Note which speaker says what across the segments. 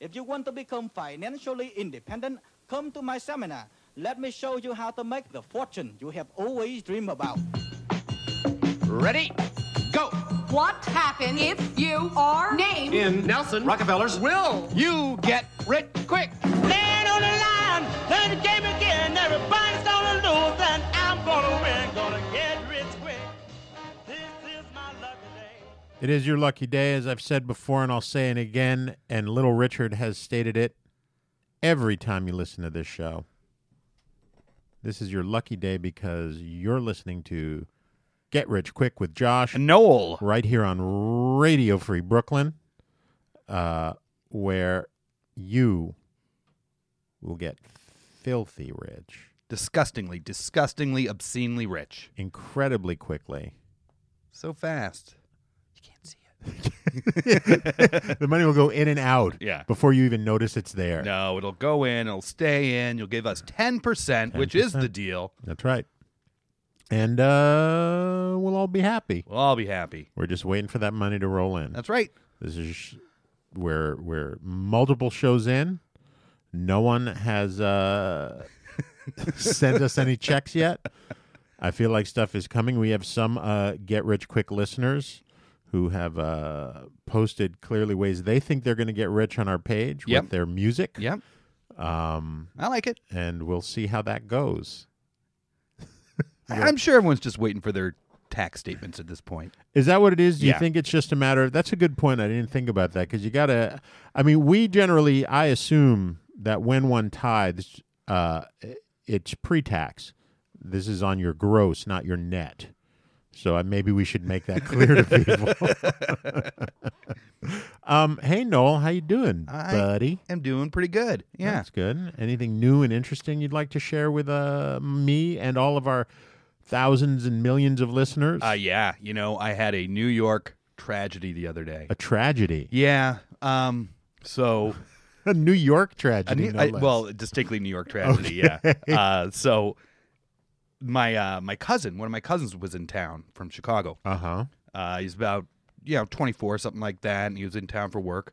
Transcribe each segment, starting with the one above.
Speaker 1: If you want to become financially independent, come to my seminar. Let me show you how to make the fortune you have always dreamed about.
Speaker 2: Ready? Go!
Speaker 3: What happens if you are named
Speaker 2: In Nelson Rockefeller's will you get rich quick?
Speaker 4: Stand on the line, play the game again. Everybody's gonna lose, and I'm gonna win. Gonna get rich quick. This is my lucky day.
Speaker 5: It is your lucky day, as I've said before, and I'll say it again. And Little Richard has stated it every time you listen to this show. This is your lucky day because you're listening to Get Rich Quick with Josh
Speaker 6: Noel.
Speaker 5: right here on Radio Free Brooklyn, uh, where you will get filthy rich
Speaker 6: Disgustingly, disgustingly, obscenely rich.
Speaker 5: incredibly quickly.
Speaker 6: So fast. You can't see it.
Speaker 5: the money will go in and out
Speaker 6: Yeah.
Speaker 5: before you even notice it's there.
Speaker 6: No, it'll go in, it'll stay in. You'll give us 10%, which is the deal.
Speaker 5: That's right. And uh, we'll all be happy.
Speaker 6: We'll all be happy.
Speaker 5: We're just waiting for that money to roll in.
Speaker 6: That's right.
Speaker 5: This is sh- where where multiple shows in. No one has uh, sent us any checks yet. I feel like stuff is coming. We have some uh, get rich quick listeners who have uh, posted clearly ways they think they're going to get rich on our page
Speaker 6: Yep.
Speaker 5: with their music.
Speaker 6: Yep. Um, I like it.
Speaker 5: And we'll see how that goes.
Speaker 6: I- I'm sure everyone's just waiting for their tax statements at this point.
Speaker 5: Is that what it is? Do
Speaker 6: Yeah.
Speaker 5: you think it's just a matter of that's a good point. I didn't think about that because you got to. I mean, we generally, I assume that when one tithes, uh, it's pre tax. This is on your gross, not your net. So uh, maybe we should make that clear to people. um, hey, Noel, how you doing,
Speaker 6: I-
Speaker 5: buddy?
Speaker 6: I'm doing pretty good. Yeah.
Speaker 5: That's good. Anything new and interesting you'd like to share with uh, me and all of our thousands and millions of listeners?
Speaker 6: Uh, yeah. You know, I had a New York tragedy the other day.
Speaker 5: a tragedy.
Speaker 6: Yeah. Um, so
Speaker 5: A New York
Speaker 6: a
Speaker 5: tragedy.
Speaker 6: New-
Speaker 5: no
Speaker 6: I-
Speaker 5: less.
Speaker 6: well, distinctly New York tragedy. Yeah. Uh, so my uh, my cousin, one of my cousins, was in town from Chicago.
Speaker 5: uh huh.
Speaker 6: Uh, he's about you know 24, something like that, and he was in town for work.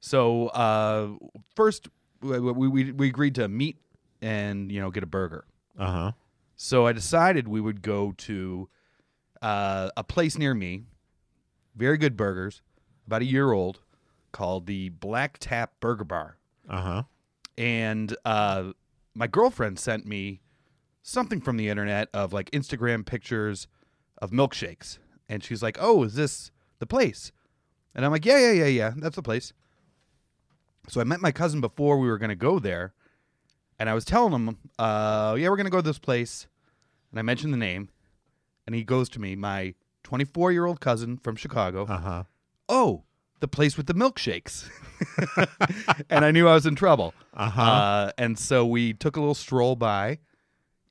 Speaker 6: So uh, first, we, we- we we agreed to meet and you know get a burger.
Speaker 5: Uh huh.
Speaker 6: So I decided we would go to uh, a place near me, very good burgers, about a year old, called the Black Tap Burger Bar.
Speaker 5: Uh huh.
Speaker 6: And uh, my girlfriend sent me something from the internet of like Instagram pictures of milkshakes. And she's like, oh, is this the place? And I'm like, yeah, yeah, yeah, yeah, that's the place. So I met my cousin before we were going to go there. And I was telling him, uh, yeah, we're going to go to this place. And I mentioned the name. And he goes to me, my 24 year old cousin from Chicago.
Speaker 5: Uh huh.
Speaker 6: Oh, the place with the milkshakes. and I knew I was in trouble.
Speaker 5: Uh-huh.
Speaker 6: Uh, And so we took a little stroll by.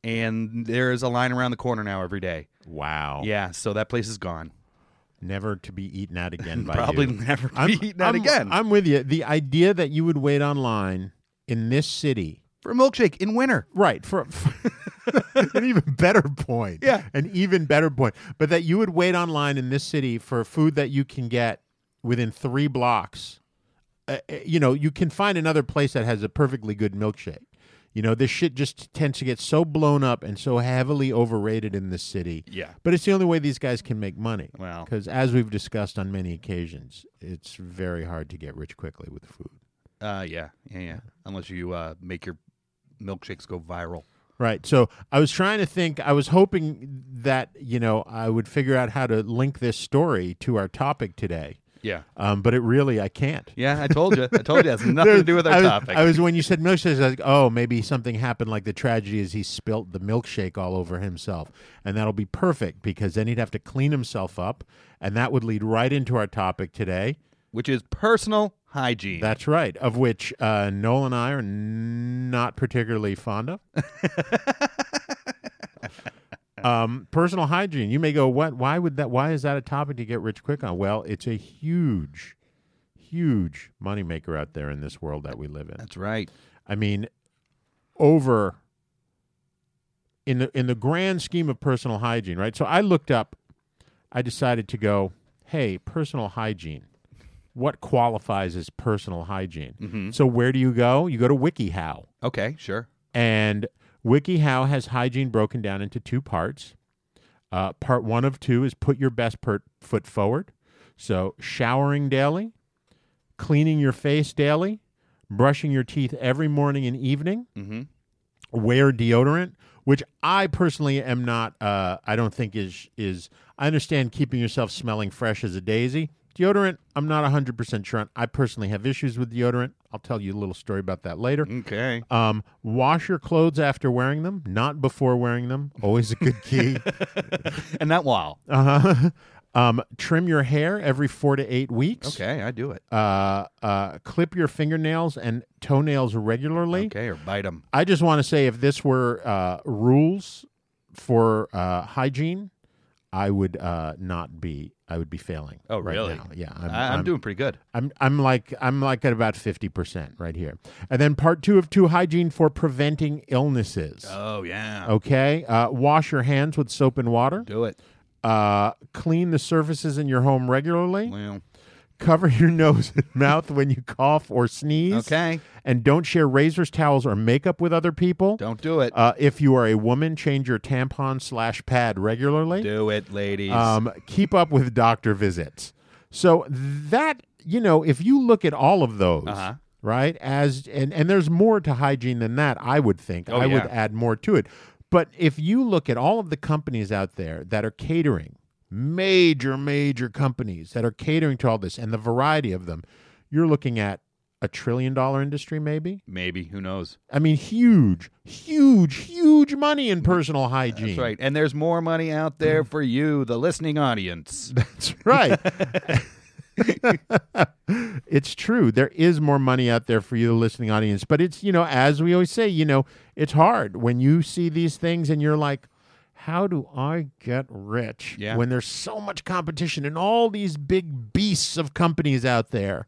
Speaker 6: And there is a line around the corner now every day.
Speaker 5: Wow.
Speaker 6: Yeah, so that place is gone.
Speaker 5: Never to be eaten at again by
Speaker 6: Probably
Speaker 5: you.
Speaker 6: never to
Speaker 5: I'm-
Speaker 6: be eaten at
Speaker 5: I'm-
Speaker 6: again.
Speaker 5: I'm with you. The idea that you would wait online in this city,
Speaker 6: for a milkshake in winter.
Speaker 5: right? For, for- an even better point.
Speaker 6: Yeah.
Speaker 5: An even better point. But that you would wait online in this city for food that you can get within three blocks. Uh, uh, you know, you can find another place that has a perfectly good milkshake. You know, this shit just tends to get so blown up and so heavily overrated in this city.
Speaker 6: Yeah.
Speaker 5: But it's the only way these guys can make money.
Speaker 6: Well.
Speaker 5: because as we've discussed on many occasions, it's very hard to get rich quickly with food.
Speaker 6: Uh, yeah, yeah, yeah. Unless you uh, make your milkshakes go viral.
Speaker 5: Right. So I was trying to think, I was hoping that, you know, I would figure out how to link this story to our topic today.
Speaker 6: Yeah,
Speaker 5: Um, but it really, I can't.
Speaker 6: yeah. I told you. I told you. It has nothing to do with our
Speaker 5: I was,
Speaker 6: topic.
Speaker 5: I was when you said milkshakes, I was like, oh, maybe something happened like the tragedy is he spilt the milkshake all over himself. And that'll be perfect because then he'd have to clean himself up. And that would lead right into our topic today.
Speaker 6: Which is personal hygiene.
Speaker 5: That's right. Of which uh, Noel and I are n- not particularly fond of. um, personal hygiene. You may go, what? Why would that? Why is that a topic to get rich quick on? Well, it's a huge, huge moneymaker out there in this world that we live in.
Speaker 6: That's right.
Speaker 5: I mean, over in the in the grand scheme of personal hygiene, right? So I looked up. I decided to go. Hey, personal hygiene. what qualifies as personal hygiene. So where do you go? You go to WikiHow.
Speaker 6: Okay, sure.
Speaker 5: And WikiHow has hygiene broken down into two parts. Uh, part one of two is put your best per- foot forward. So showering daily, cleaning your face daily, brushing your teeth every morning and evening, wear deodorant, which I personally am not. Uh, I don't think is is. I understand keeping yourself smelling fresh as a daisy. Deodorant, I'm not 100% sure on. I personally have issues with deodorant. I'll tell you a little story about that later.
Speaker 6: Okay.
Speaker 5: Um, wash your clothes after wearing them, not before wearing them. Always a good key.
Speaker 6: And not while.
Speaker 5: uh-huh. um, trim your hair every four to eight weeks.
Speaker 6: Okay, I do it.
Speaker 5: Uh, uh, clip your fingernails and toenails regularly.
Speaker 6: Okay, or bite them.
Speaker 5: I just want to say if this were uh, rules for uh, hygiene, I would uh, not be. I would be failing.
Speaker 6: Oh,
Speaker 5: right
Speaker 6: really?
Speaker 5: now. Yeah,
Speaker 6: I'm, I'm, doing pretty good.
Speaker 5: I'm I'm like I'm like at about fifty percent right here, and then part two of two hygiene for preventing illnesses.
Speaker 6: Oh yeah.
Speaker 5: Okay, uh, wash your hands with soap and water.
Speaker 6: Do it.
Speaker 5: Uh, clean the surfaces in your home regularly.
Speaker 6: Well,
Speaker 5: Cover your nose and mouth when you cough or sneeze.
Speaker 6: Okay.
Speaker 5: and don't share razors, towels, or makeup with other people.
Speaker 6: don't do it.
Speaker 5: Uh, if you are a woman, change your tampon slash pad regularly.
Speaker 6: do it, ladies.
Speaker 5: Um, keep up with doctor visits. So that you know, if you look at all of those,
Speaker 6: Uh-huh.
Speaker 5: right? As and and there's more to hygiene than that. I would think.
Speaker 6: Oh,
Speaker 5: I would
Speaker 6: yeah.
Speaker 5: add more to it. But if you look at all of the companies out there that are catering, major major companies that are catering to all this and the variety of them, you're looking at a trillion dollar industry maybe.
Speaker 6: Maybe. Who knows?
Speaker 5: I mean huge, huge, huge money in personal hygiene.
Speaker 6: That's right. And there's more money out there for you, the listening audience.
Speaker 5: That's right. it's true. There is more money out there for you, the listening audience. But it's, you know, as we always say, you know, it's hard when you see these things and you're like, how do I get rich
Speaker 6: Yeah.
Speaker 5: when there's so much competition and all these big beasts of companies out there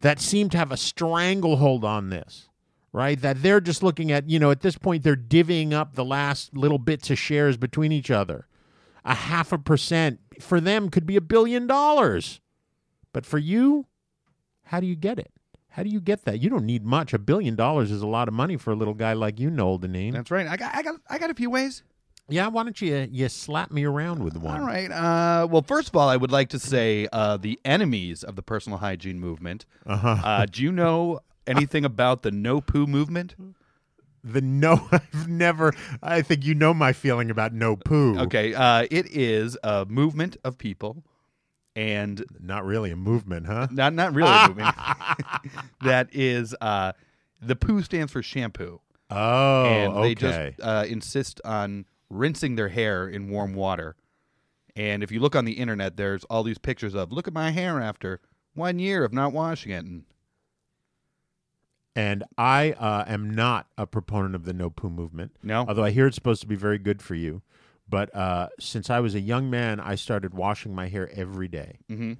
Speaker 5: that seem to have a stranglehold on this? Right, that they're just looking at, you know, at this point, they're divvying up the last little bits of shares between each other a half a percent for them could be a billion dollars. But for you, how do you get it? How do you get that? You don't need much. A billion dollars is a lot of money for a little guy like you, Noel Deneen.
Speaker 6: That's right. I got, I got, I got a few ways.
Speaker 5: yeah, why don't you you slap me around with one?
Speaker 6: All right. Uh, well, first of all, I would like to say uh, the enemies of the personal hygiene movement. Uh-huh. do you know anything about the no poo movement?
Speaker 5: The no, I've never. I think you know my feeling about no poo.
Speaker 6: Okay. Uh, it is a movement of people, and
Speaker 5: not really a movement, huh?
Speaker 6: not not really a movement. that is uh, the poo stands for shampoo,
Speaker 5: Oh,
Speaker 6: and
Speaker 5: okay.
Speaker 6: they just uh, insist on rinsing their hair in warm water. And if you look on the internet, there's all these pictures of look at my hair after one year of not washing it. And
Speaker 5: and I uh, am not a proponent of the no poo movement.
Speaker 6: No?
Speaker 5: although I hear it's supposed to be very good for you. But uh, since I was a young man, I started washing my hair every day.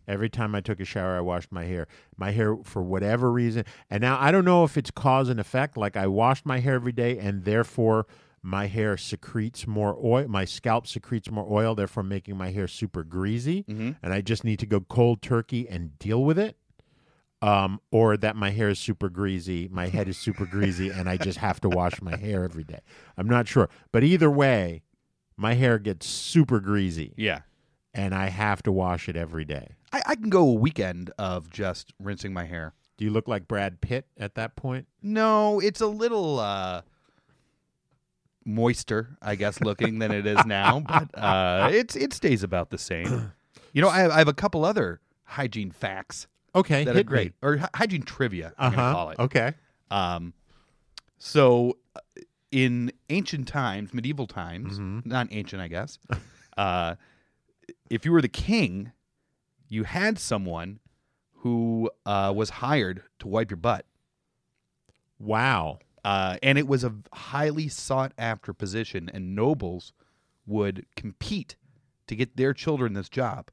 Speaker 5: Every time I took a shower, I washed my hair. My hair, for whatever reason, and now I don't know if it's cause and effect. Like I washed my hair every day, and therefore my hair secretes more oil. My scalp secretes more oil, therefore making my hair super greasy. And I just need to go cold turkey and deal with it um, or that my hair is super greasy, my head is super greasy, and I just have to wash my hair every day. I'm not sure, but either way, my hair gets super greasy,
Speaker 6: yeah,
Speaker 5: and I have to wash it every day.
Speaker 6: I, I can go a weekend of just rinsing my hair.
Speaker 5: Do you look like Brad Pitt at that point?
Speaker 6: No, it's a little uh, moister, I guess, looking than it is now, but uh, it's it stays about the same. You know, I have, I have a couple other hygiene facts
Speaker 5: Okay,
Speaker 6: that
Speaker 5: hit
Speaker 6: are
Speaker 5: me.
Speaker 6: great, or hy- hygiene trivia. I'm gonna
Speaker 5: Uh-huh.
Speaker 6: call it.
Speaker 5: Okay.
Speaker 6: Um, so, uh, in ancient times, medieval times,
Speaker 5: Mm-hmm.
Speaker 6: not ancient, I guess, uh, if you were the king, you had someone who uh, was hired to wipe your butt.
Speaker 5: Wow.
Speaker 6: Uh, and it was a highly sought after position, and nobles would compete to get their children this job.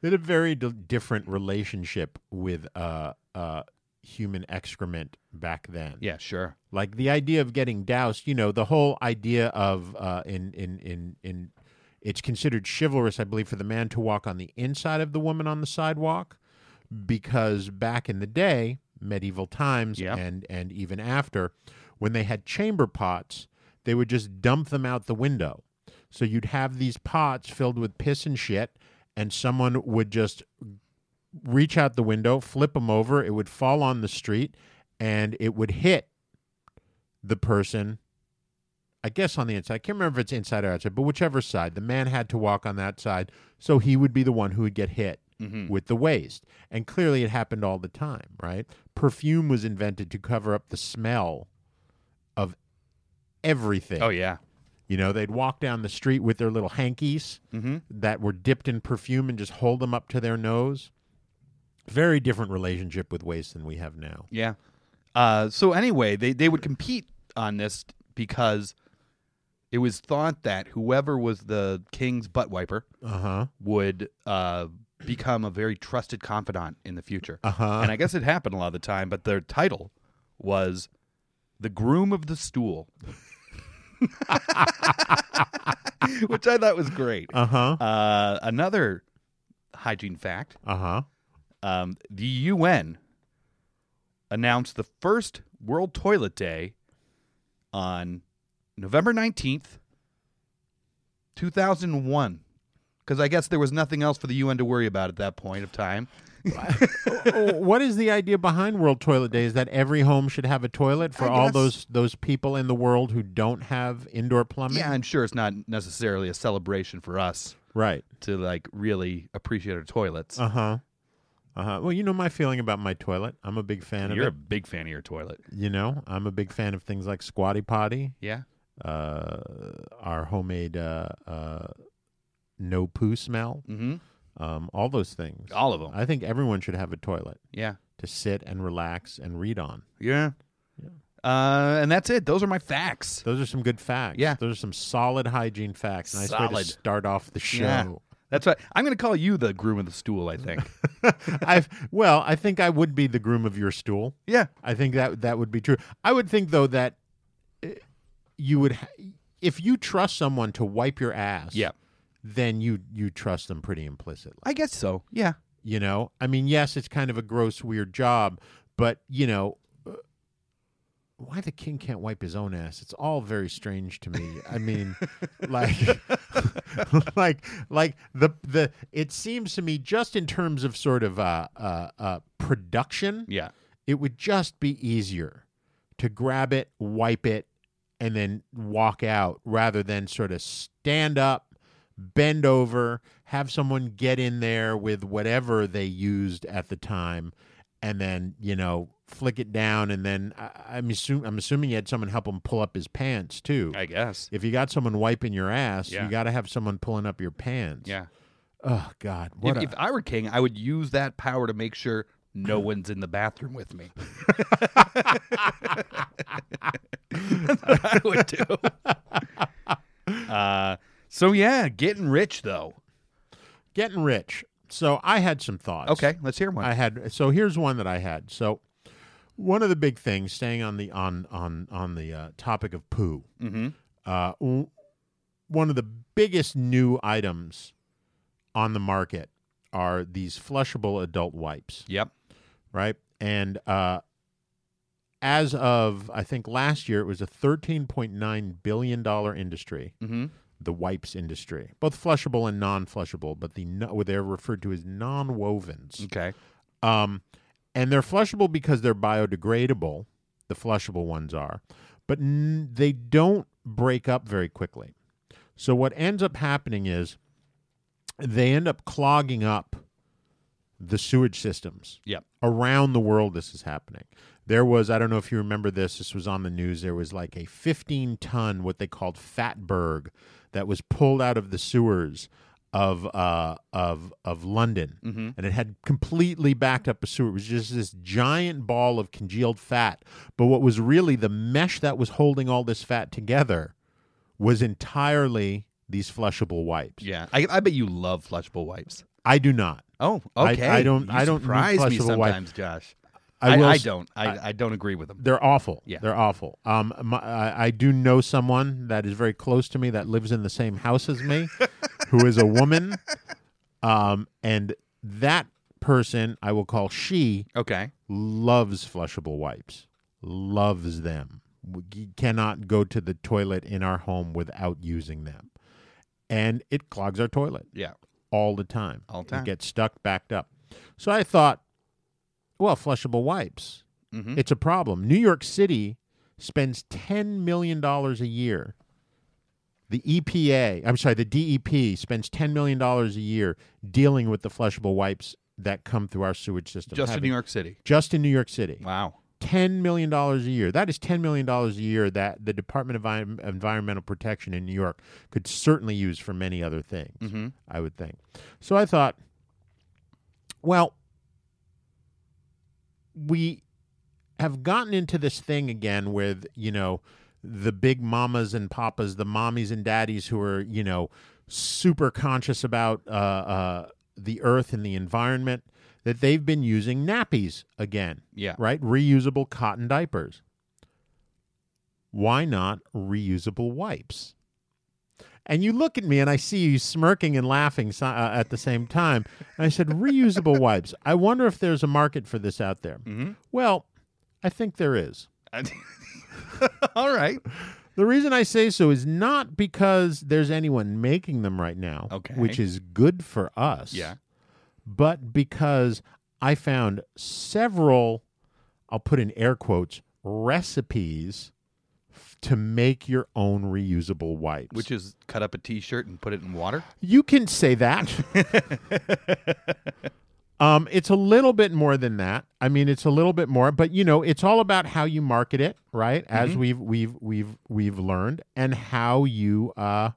Speaker 5: They had a very d- different relationship with uh, uh, human excrement back then.
Speaker 6: Yeah, sure.
Speaker 5: like the idea of getting doused you know the whole idea of uh in in in in it's considered chivalrous i believe for the man to walk on the inside of the woman on the sidewalk because back in the day, medieval times
Speaker 6: Yeah.
Speaker 5: and and even after, when they had chamber pots, they would just dump them out the window. So you'd have these pots filled with piss and shit, and someone would just reach out the window, flip them over, it would fall on the street, and it would hit the person. I guess on the inside. I can't remember if it's inside or outside, but whichever side, the man had to walk on that side, so he would be the one who would get hit
Speaker 6: Mm-hmm.
Speaker 5: with the waste. And clearly it happened all the time, right? Perfume was invented to cover up the smell of everything.
Speaker 6: Oh yeah.
Speaker 5: You know, they'd walk down the street with their little hankies
Speaker 6: Mm-hmm.
Speaker 5: that were dipped in perfume and just hold them up to their nose. Very different relationship with waste than we have now.
Speaker 6: Yeah. Uh, so anyway, they, they would compete on this because it was thought that whoever was the king's butt wiper
Speaker 5: Uh-huh.
Speaker 6: would uh, become a very trusted confidant in the future.
Speaker 5: Uh-huh.
Speaker 6: And I guess it happened a lot of the time, but their title was the groom of the stool. Which I thought was great.
Speaker 5: Uh-huh.
Speaker 6: Uh, another hygiene fact
Speaker 5: Uh-huh.
Speaker 6: um, the UN announced the first World Toilet Day on November 19th, 2001. Because I guess there was nothing else for the UN to worry about at that point of time.
Speaker 5: Oh, what is the idea behind World Toilet Day? Is that every home should have a toilet for
Speaker 6: I
Speaker 5: all
Speaker 6: guess-
Speaker 5: those those people in the world who don't have indoor plumbing?
Speaker 6: Yeah, I'm sure it's not necessarily a celebration for us
Speaker 5: Right.
Speaker 6: to like really appreciate our toilets.
Speaker 5: Uh-huh. Uh-huh. Well, you know my feeling about my toilet. I'm a big fan
Speaker 6: You're a
Speaker 5: of it.
Speaker 6: big fan of your toilet.
Speaker 5: You know, I'm a big fan of things like Squatty Potty,
Speaker 6: Yeah.
Speaker 5: uh, our homemade uh, uh, no poo smell,
Speaker 6: Mm-hmm.
Speaker 5: um, all those things.
Speaker 6: All of them.
Speaker 5: I think everyone should have a toilet
Speaker 6: yeah.
Speaker 5: to sit and relax and read on.
Speaker 6: Yeah. Uh, and that's it. Those are my facts.
Speaker 5: Those are some good facts.
Speaker 6: Yeah.
Speaker 5: Those are some solid hygiene facts. Nice way
Speaker 6: Solid.
Speaker 5: to start off the show.
Speaker 6: Yeah. That's right. I'm going to call you the groom of the stool, I think.
Speaker 5: I've well, I think I would be the groom of your stool.
Speaker 6: yeah.
Speaker 5: I think that that would be true. I would think though that uh, you would ha- if you trust someone to wipe your ass.
Speaker 6: Yeah.
Speaker 5: Then you you trust them pretty implicitly.
Speaker 6: I guess so. Yeah.
Speaker 5: You know, I mean, yes, it's kind of a gross, weird job, but you know, uh, why the king can't wipe his own ass? It's all very strange to me. I mean, like, like, like the the. It seems to me, just in terms of sort of uh, uh, uh, production,
Speaker 6: Yeah.
Speaker 5: it would just be easier to grab it, wipe it, and then walk out rather than sort of stand up, bend over, have someone get in there with whatever they used at the time, and then you know flick it down. And then I, I'm assume I'm assuming you had someone help him pull up his pants too.
Speaker 6: I guess.
Speaker 5: if you got someone wiping your ass,
Speaker 6: Yeah.
Speaker 5: you got to have someone pulling up your pants.
Speaker 6: Yeah.
Speaker 5: Oh God,
Speaker 6: If,
Speaker 5: what a-
Speaker 6: if I were king, I would use that power to make sure no one's in the bathroom with me. That's what I would do. Uh, so yeah, getting rich though.
Speaker 5: getting rich. So I had some thoughts.
Speaker 6: Okay, let's hear one.
Speaker 5: I had so here's one that I had. So one of the big things, staying on the on on on the uh, topic of poo,
Speaker 6: Mhm.
Speaker 5: uh, w- one of the biggest new items on the market are these flushable adult wipes,
Speaker 6: yep.
Speaker 5: right? And uh, as of I think last year, it was a thirteen point nine billion dollar industry
Speaker 6: Mm-hmm.
Speaker 5: the wipes industry, both flushable and non-flushable, but the no- what they're referred to as non-wovens.
Speaker 6: Okay.
Speaker 5: Um, and they're flushable because they're biodegradable. The flushable ones are, but n- they don't break up very quickly. So what ends up happening is they end up clogging up the sewage systems
Speaker 6: Yep.
Speaker 5: around the world this is happening. There was, I don't know if you remember this, this was on the news. There was like a 15 ton, what they called fatberg, that was pulled out of the sewers of uh of of London
Speaker 6: Mm-hmm.
Speaker 5: and it had completely backed up a sewer it was just this giant ball of congealed fat but what was really the mesh that was holding all this fat together was entirely these flushable wipes
Speaker 6: Yeah. I, I bet you love flushable wipes.
Speaker 5: I do not
Speaker 6: Oh,
Speaker 5: I-
Speaker 6: okay.
Speaker 5: I don't-
Speaker 6: You
Speaker 5: I don't need
Speaker 6: surprise me
Speaker 5: flushable wipes.
Speaker 6: sometimes, Josh.
Speaker 5: I
Speaker 6: I,
Speaker 5: will
Speaker 6: I
Speaker 5: s-
Speaker 6: don't. I, I don't agree with them.
Speaker 5: They're awful.
Speaker 6: Yeah.
Speaker 5: They're awful. Um, my, I, I do know someone that is very close to me that lives in the same house as me, who is a woman. Um, and that person I will call she
Speaker 6: Okay.
Speaker 5: loves flushable wipes, loves them. We cannot go to the toilet in our home without using them. And it clogs our toilet
Speaker 6: Yeah.
Speaker 5: all the time.
Speaker 6: All the time.
Speaker 5: It gets stuck, backed up. So I thought, well, flushable wipes.
Speaker 6: Mhm.
Speaker 5: It's a problem. New York City spends $10 million a year. The EPA, I'm sorry, the DEP spends $10 million a year dealing with the flushable wipes that come through our sewage system.
Speaker 6: Just in
Speaker 5: Having-
Speaker 6: New York City.
Speaker 5: Just in New York City.
Speaker 6: Wow.
Speaker 5: $10 million a year. That is $10 million a year that the Department of Envi- Environmental Protection in New York could certainly use for many other things, I would think. So I thought, well, we have gotten into this thing again with, you know, the big mamas and papas, the mommies and daddies who are, you know, super conscious about uh, uh, the earth and the environment, that they've been using nappies again
Speaker 6: Yeah.
Speaker 5: right? Reusable cotton diapers. Why not reusable wipes? And you look at me and I see you smirking and laughing si- uh, at the same time. And I said, reusable wipes. I wonder if there's a market for this out there.
Speaker 6: Mm-hmm.
Speaker 5: Well, I think there is.
Speaker 6: All right.
Speaker 5: The reason I say so is not because there's anyone making them right now,
Speaker 6: Okay.
Speaker 5: which is good for us.
Speaker 6: Yeah.
Speaker 5: but because I found several, I'll put in air quotes, recipes f- to make your own reusable wipes.
Speaker 6: Which is cut up a T-shirt and put it in water.
Speaker 5: you can say that. um, it's a little bit more than that. I mean, it's a little bit more, but you know, it's all about how you market it, right? As we've we've we've we've learned, and how you uh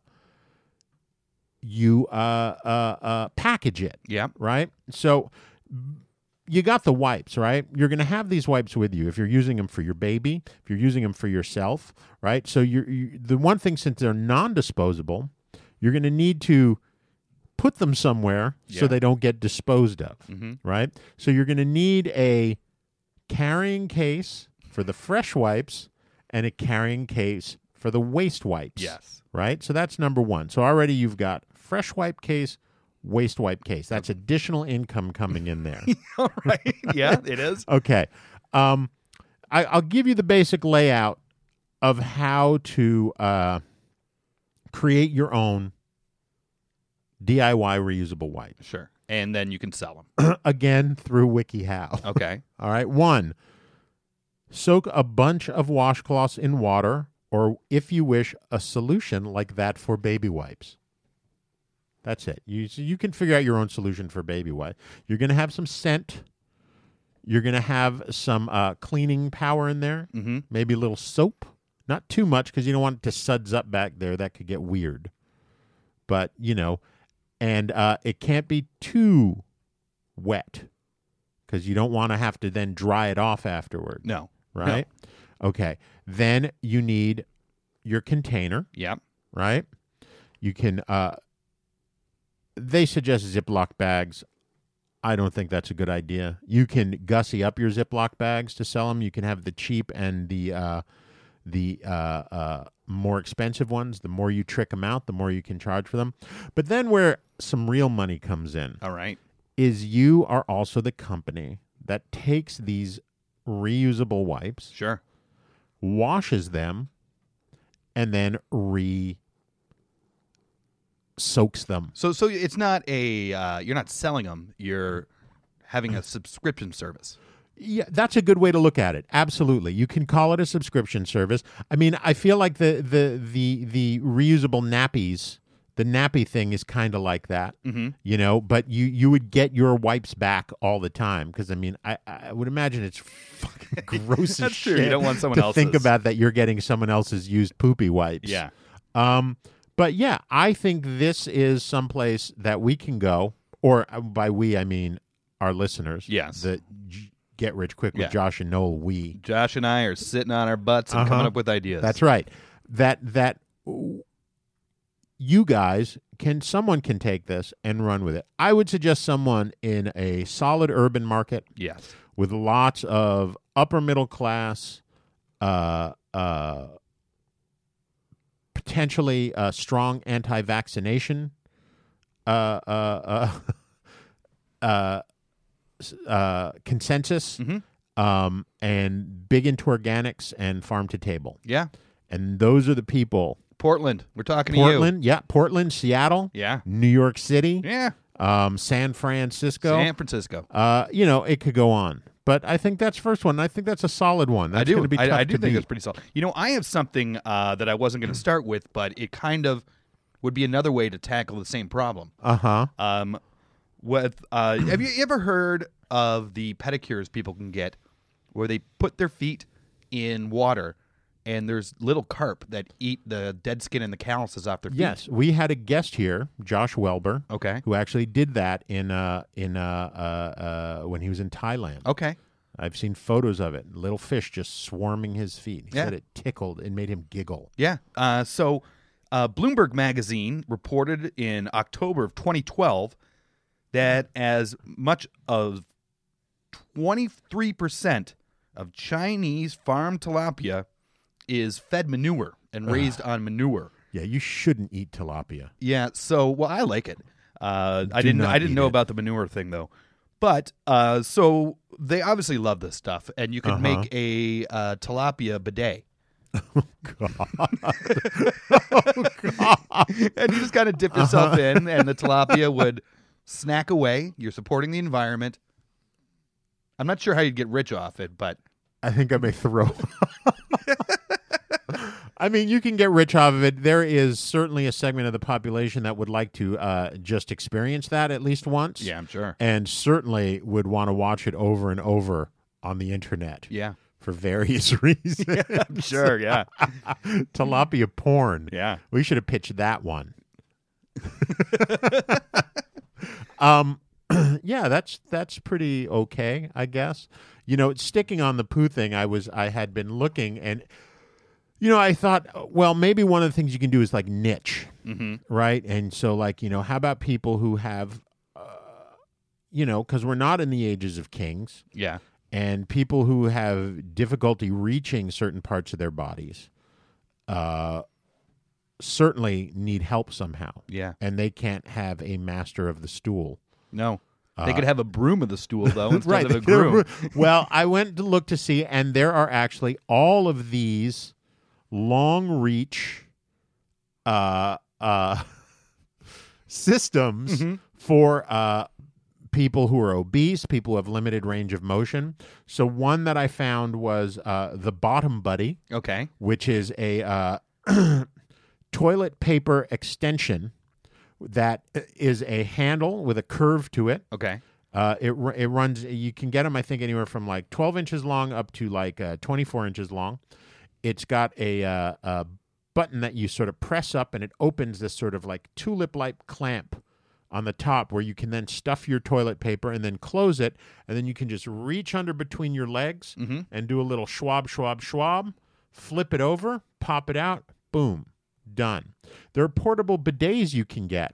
Speaker 5: you uh uh, uh package it
Speaker 6: Yeah.
Speaker 5: right? So you got the wipes, right? You're going to have these wipes with you if you're using them for your baby, if you're using them for yourself, right? So you're, you the one thing since they're non-disposable, you're going to need to put them somewhere so
Speaker 6: Yeah.
Speaker 5: they don't get disposed of, right? So you're going to need a carrying case for the fresh wipes and a carrying case for the waste wipes
Speaker 6: Yes.
Speaker 5: right? So that's number one. So already you've got fresh wipe case, waste wipe case. That's additional income coming in there.
Speaker 6: All right. Yeah. It is.
Speaker 5: okay. Um, I, I'll give you the basic layout of how to uh, create your own DIY reusable wipe.
Speaker 6: Sure. And then you can sell them.
Speaker 5: Again, through WikiHow.
Speaker 6: Okay.
Speaker 5: All right. One, soak a bunch of washcloths in water, or if you wish, a solution like that for baby wipes. That's it. You so you can figure out your own solution for baby wipe. You're gonna have some scent. You're gonna have some uh, cleaning power in there. Mm-hmm. Maybe a little soap. Not too much because you don't want it to suds up back there. That could get weird. But you know, and uh, it can't be too wet because you don't want to have to then dry it off afterward.
Speaker 6: No.
Speaker 5: Right? Okay. Then you need your container,
Speaker 6: Yeah.
Speaker 5: right? You can, uh, they suggest Ziploc bags. I don't think that's a good idea. You can gussy up your Ziploc bags to sell them. You can have the cheap and the, uh, the uh, uh, more expensive ones. The more you trick them out, the more you can charge for them. But then where some real money comes in
Speaker 6: All right.
Speaker 5: is you are also the company that takes these reusable wipes,
Speaker 6: Sure.
Speaker 5: washes them, and then re soaks them.
Speaker 6: So so it's not a uh, you're not selling them. You're having a subscription service.
Speaker 5: Yeah, that's a good way to look at it. Absolutely. You can call it a subscription service. I mean, I feel like the the the the reusable nappies, the nappy thing is kind of like that.
Speaker 6: Mm. Mm-hmm.
Speaker 5: You know, but you you would get your wipes back all the time because I mean, I I would imagine it's fucking gross as
Speaker 6: That's true. You
Speaker 5: shit
Speaker 6: don't want someone
Speaker 5: to think
Speaker 6: else's.
Speaker 5: about that you're getting someone else's used poopy wipes. Um, but yeah, I think this is someplace that we can go, or uh, by we I mean our listeners.
Speaker 6: Yes.
Speaker 5: the J- Get Rich Quick with
Speaker 6: Yeah.
Speaker 5: Josh and Noel. We.
Speaker 6: Josh and I are sitting on our butts and coming
Speaker 5: Uh-huh.
Speaker 6: up with ideas.
Speaker 5: That's right. That that w- you guys can someone can take this and run with it. I would suggest someone in a solid urban market
Speaker 6: Yes.
Speaker 5: with lots of upper middle class, uh, uh, potentially uh, strong anti vaccination uh, uh, uh, uh, uh, consensus
Speaker 6: Mm-hmm.
Speaker 5: um, and big into organics and farm to table.
Speaker 6: Yeah.
Speaker 5: And those are the people.
Speaker 6: Portland. We're talking
Speaker 5: Portland, yeah, Portland, Seattle,
Speaker 6: Yeah.
Speaker 5: New York City,
Speaker 6: to you. Yeah.
Speaker 5: um, San Francisco.
Speaker 6: San Francisco.
Speaker 5: uh, you know, it could go on, but I think that's first one. I think that's a solid one. That's
Speaker 6: I do.
Speaker 5: gonna Be
Speaker 6: I,
Speaker 5: tough
Speaker 6: I do
Speaker 5: to
Speaker 6: think
Speaker 5: beat. Mm.
Speaker 6: it's pretty solid. You know, I have something uh, that I wasn't going to start with, but it kind of would be another way to tackle the same problem.
Speaker 5: Uh huh.
Speaker 6: Um, with uh, have you ever heard of the pedicures people can get, where they put their feet in water, and there's little carp that eat the dead skin and the calluses off their feet.
Speaker 5: Yes, we had a guest here, Josh Welber.
Speaker 6: Okay.
Speaker 5: Who actually did that in uh in uh uh, uh when he was in Thailand.
Speaker 6: Okay.
Speaker 5: I've seen photos of it. Little fish just swarming his feet. He
Speaker 6: Yeah.
Speaker 5: said it tickled and made him giggle.
Speaker 6: Yeah. Uh, so, uh, Bloomberg magazine reported in October of 2012 that as much of 23% of Chinese farm tilapia is fed manure and raised on manure.
Speaker 5: Yeah, you shouldn't eat tilapia.
Speaker 6: Yeah. So, well, I like it. Uh, I didn't.
Speaker 5: not
Speaker 6: I didn't
Speaker 5: eat
Speaker 6: know
Speaker 5: it.
Speaker 6: about the manure thing though. But uh, so they obviously love this stuff, and you can
Speaker 5: Uh-huh.
Speaker 6: make a uh, tilapia bidet. and you just kind of dip yourself in, and the tilapia would snack away. You're supporting the environment. I'm not sure how you'd get rich off it, but
Speaker 5: I think I may throw. I mean, you can get rich off of it. There is certainly a segment of the population that would like to uh, just experience that at least once.
Speaker 6: I'm sure.
Speaker 5: And certainly would want to watch it over and over on the internet.
Speaker 6: Yeah,
Speaker 5: For various reasons.
Speaker 6: I'm sure. Yeah,
Speaker 5: Tilapia porn.
Speaker 6: yeah.
Speaker 5: We should have pitched that one. um, yeah, that's that's pretty okay, I guess. You know, sticking on the poo thing, I was I had been looking and you know, I thought, uh, well, maybe one of the things you can do is like niche, right? And so, like, you know, how about people who have, uh, you know, because we're not in the ages of kings,
Speaker 6: Yeah.
Speaker 5: and people who have difficulty reaching certain parts of their bodies uh, certainly need help somehow.
Speaker 6: Yeah.
Speaker 5: And they can't have a master of the stool.
Speaker 6: No. They could have a broom of the stool though instead
Speaker 5: right.
Speaker 6: of Uh, a
Speaker 5: they're
Speaker 6: groom.
Speaker 5: ru- well, I went to look to see, and there are actually all of these long reach uh, uh, systems
Speaker 6: Mm-hmm.
Speaker 5: for uh, people who are obese, people who have limited range of motion. So, one that I found was uh, the Bottom Buddy,
Speaker 6: Okay.
Speaker 5: which is a uh, toilet paper extension that uh, is a handle with a curve to it.
Speaker 6: Okay.
Speaker 5: Uh, it ru- it runs. You can get them, I think, anywhere from like 12 inches long up to like uh, 24 inches long. It's got a, uh, a button that you sort of press up, and it opens this sort of like tulip-like clamp on the top, where you can then stuff your toilet paper and then close it, and then you can just reach under between your legs and do a little schwab, schwab, schwab, flip it over, pop it out, boom, done. There are portable bidets you can get,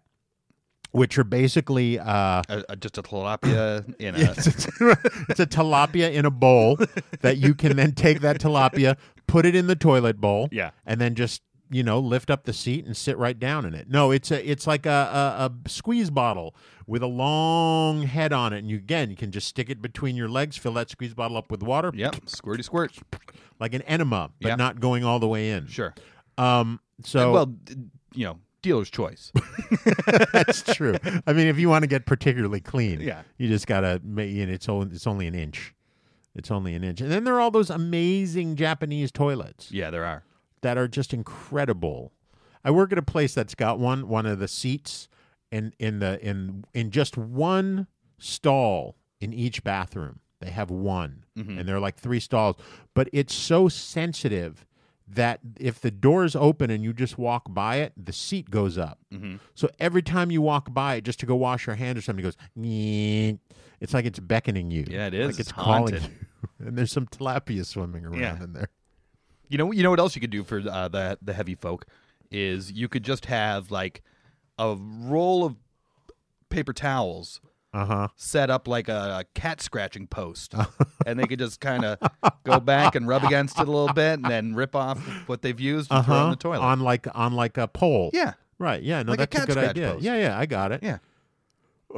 Speaker 5: which are basically. Uh,
Speaker 6: A, a, just a tilapia in a
Speaker 5: it's, a, it's a tilapia in a bowl that you can then take that tilapia, put it in the toilet bowl,
Speaker 6: Yeah.
Speaker 5: and then just you know lift up the seat and sit right down in it. No, it's a it's like a, a, a squeeze bottle with a long head on it, and you again you can just stick it between your legs, fill that squeeze bottle up with water,
Speaker 6: Yep, squirty squirt.
Speaker 5: like an enema, but
Speaker 6: Yeah.
Speaker 5: not going all the way in.
Speaker 6: Sure.
Speaker 5: Um. So
Speaker 6: well, d- you know, dealer's choice.
Speaker 5: that's true. I mean, if you want to get particularly clean,
Speaker 6: Yeah.
Speaker 5: you just gotta make it. It's only it's only an inch. It's only an inch, and then there are all those amazing Japanese toilets
Speaker 6: yeah, there are.
Speaker 5: that are just incredible. I work at a place that's got one. One of the seats in in the in in just one stall in each bathroom. They have one,
Speaker 6: Mm-hmm.
Speaker 5: and they're like three stalls. But it's so sensitive that if the door is open and you just walk by it, the seat goes up.
Speaker 6: Mm-hmm.
Speaker 5: So every time you walk by it, just to go wash your hand or something, it goes. "Nyeh." It's like it's beckoning you.
Speaker 6: Yeah, it is.
Speaker 5: Like it's,
Speaker 6: It's
Speaker 5: calling
Speaker 6: haunted.
Speaker 5: you. And there's some tilapia swimming around
Speaker 6: Yeah.
Speaker 5: in there.
Speaker 6: You know, you know what else you could do for uh, the the heavy folk is you could just have like a roll of paper towels
Speaker 5: Uh huh.
Speaker 6: set up like a, a cat scratching post, and they could just kind of go back and rub against it a little bit, and then rip off what they've used and throw in the toilet.
Speaker 5: Uh-huh. on like on like a pole.
Speaker 6: yeah,
Speaker 5: Right. Yeah. No,
Speaker 6: Like a
Speaker 5: that's a,
Speaker 6: cat
Speaker 5: good
Speaker 6: scratch
Speaker 5: idea.
Speaker 6: post.
Speaker 5: Yeah. Yeah. I got it.
Speaker 6: yeah,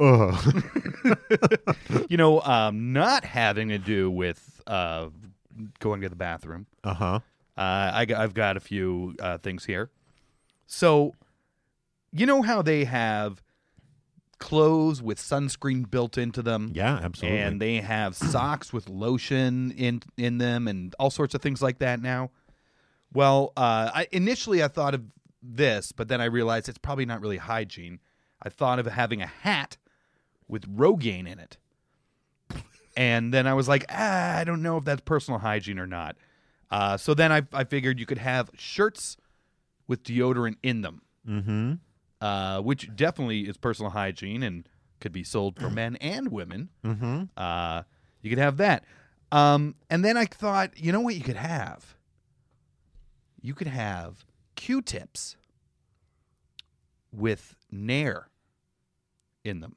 Speaker 5: Ugh.
Speaker 6: you know, um, not having to do with uh, going to the bathroom.
Speaker 5: Uh huh.
Speaker 6: Uh, I, have got a few uh, things here. So, you know how they have clothes with sunscreen built into them?
Speaker 5: Yeah, absolutely.
Speaker 6: And they have socks with lotion in in them and all sorts of things like that now. Well, uh, I initially I thought of this, but then I realized it's probably not really hygiene. I thought of having a hat with Rogaine in it. And then I was like, ah, I don't know if that's personal hygiene or not. Uh, so then I, I figured you could have shirts with deodorant in them,
Speaker 5: mm-hmm.
Speaker 6: uh, which definitely is personal hygiene and could be sold for men and women.
Speaker 5: Mm-hmm.
Speaker 6: Uh, you could have that. Um, and then I thought, you know what you could have? You could have Q-tips with Nair in them.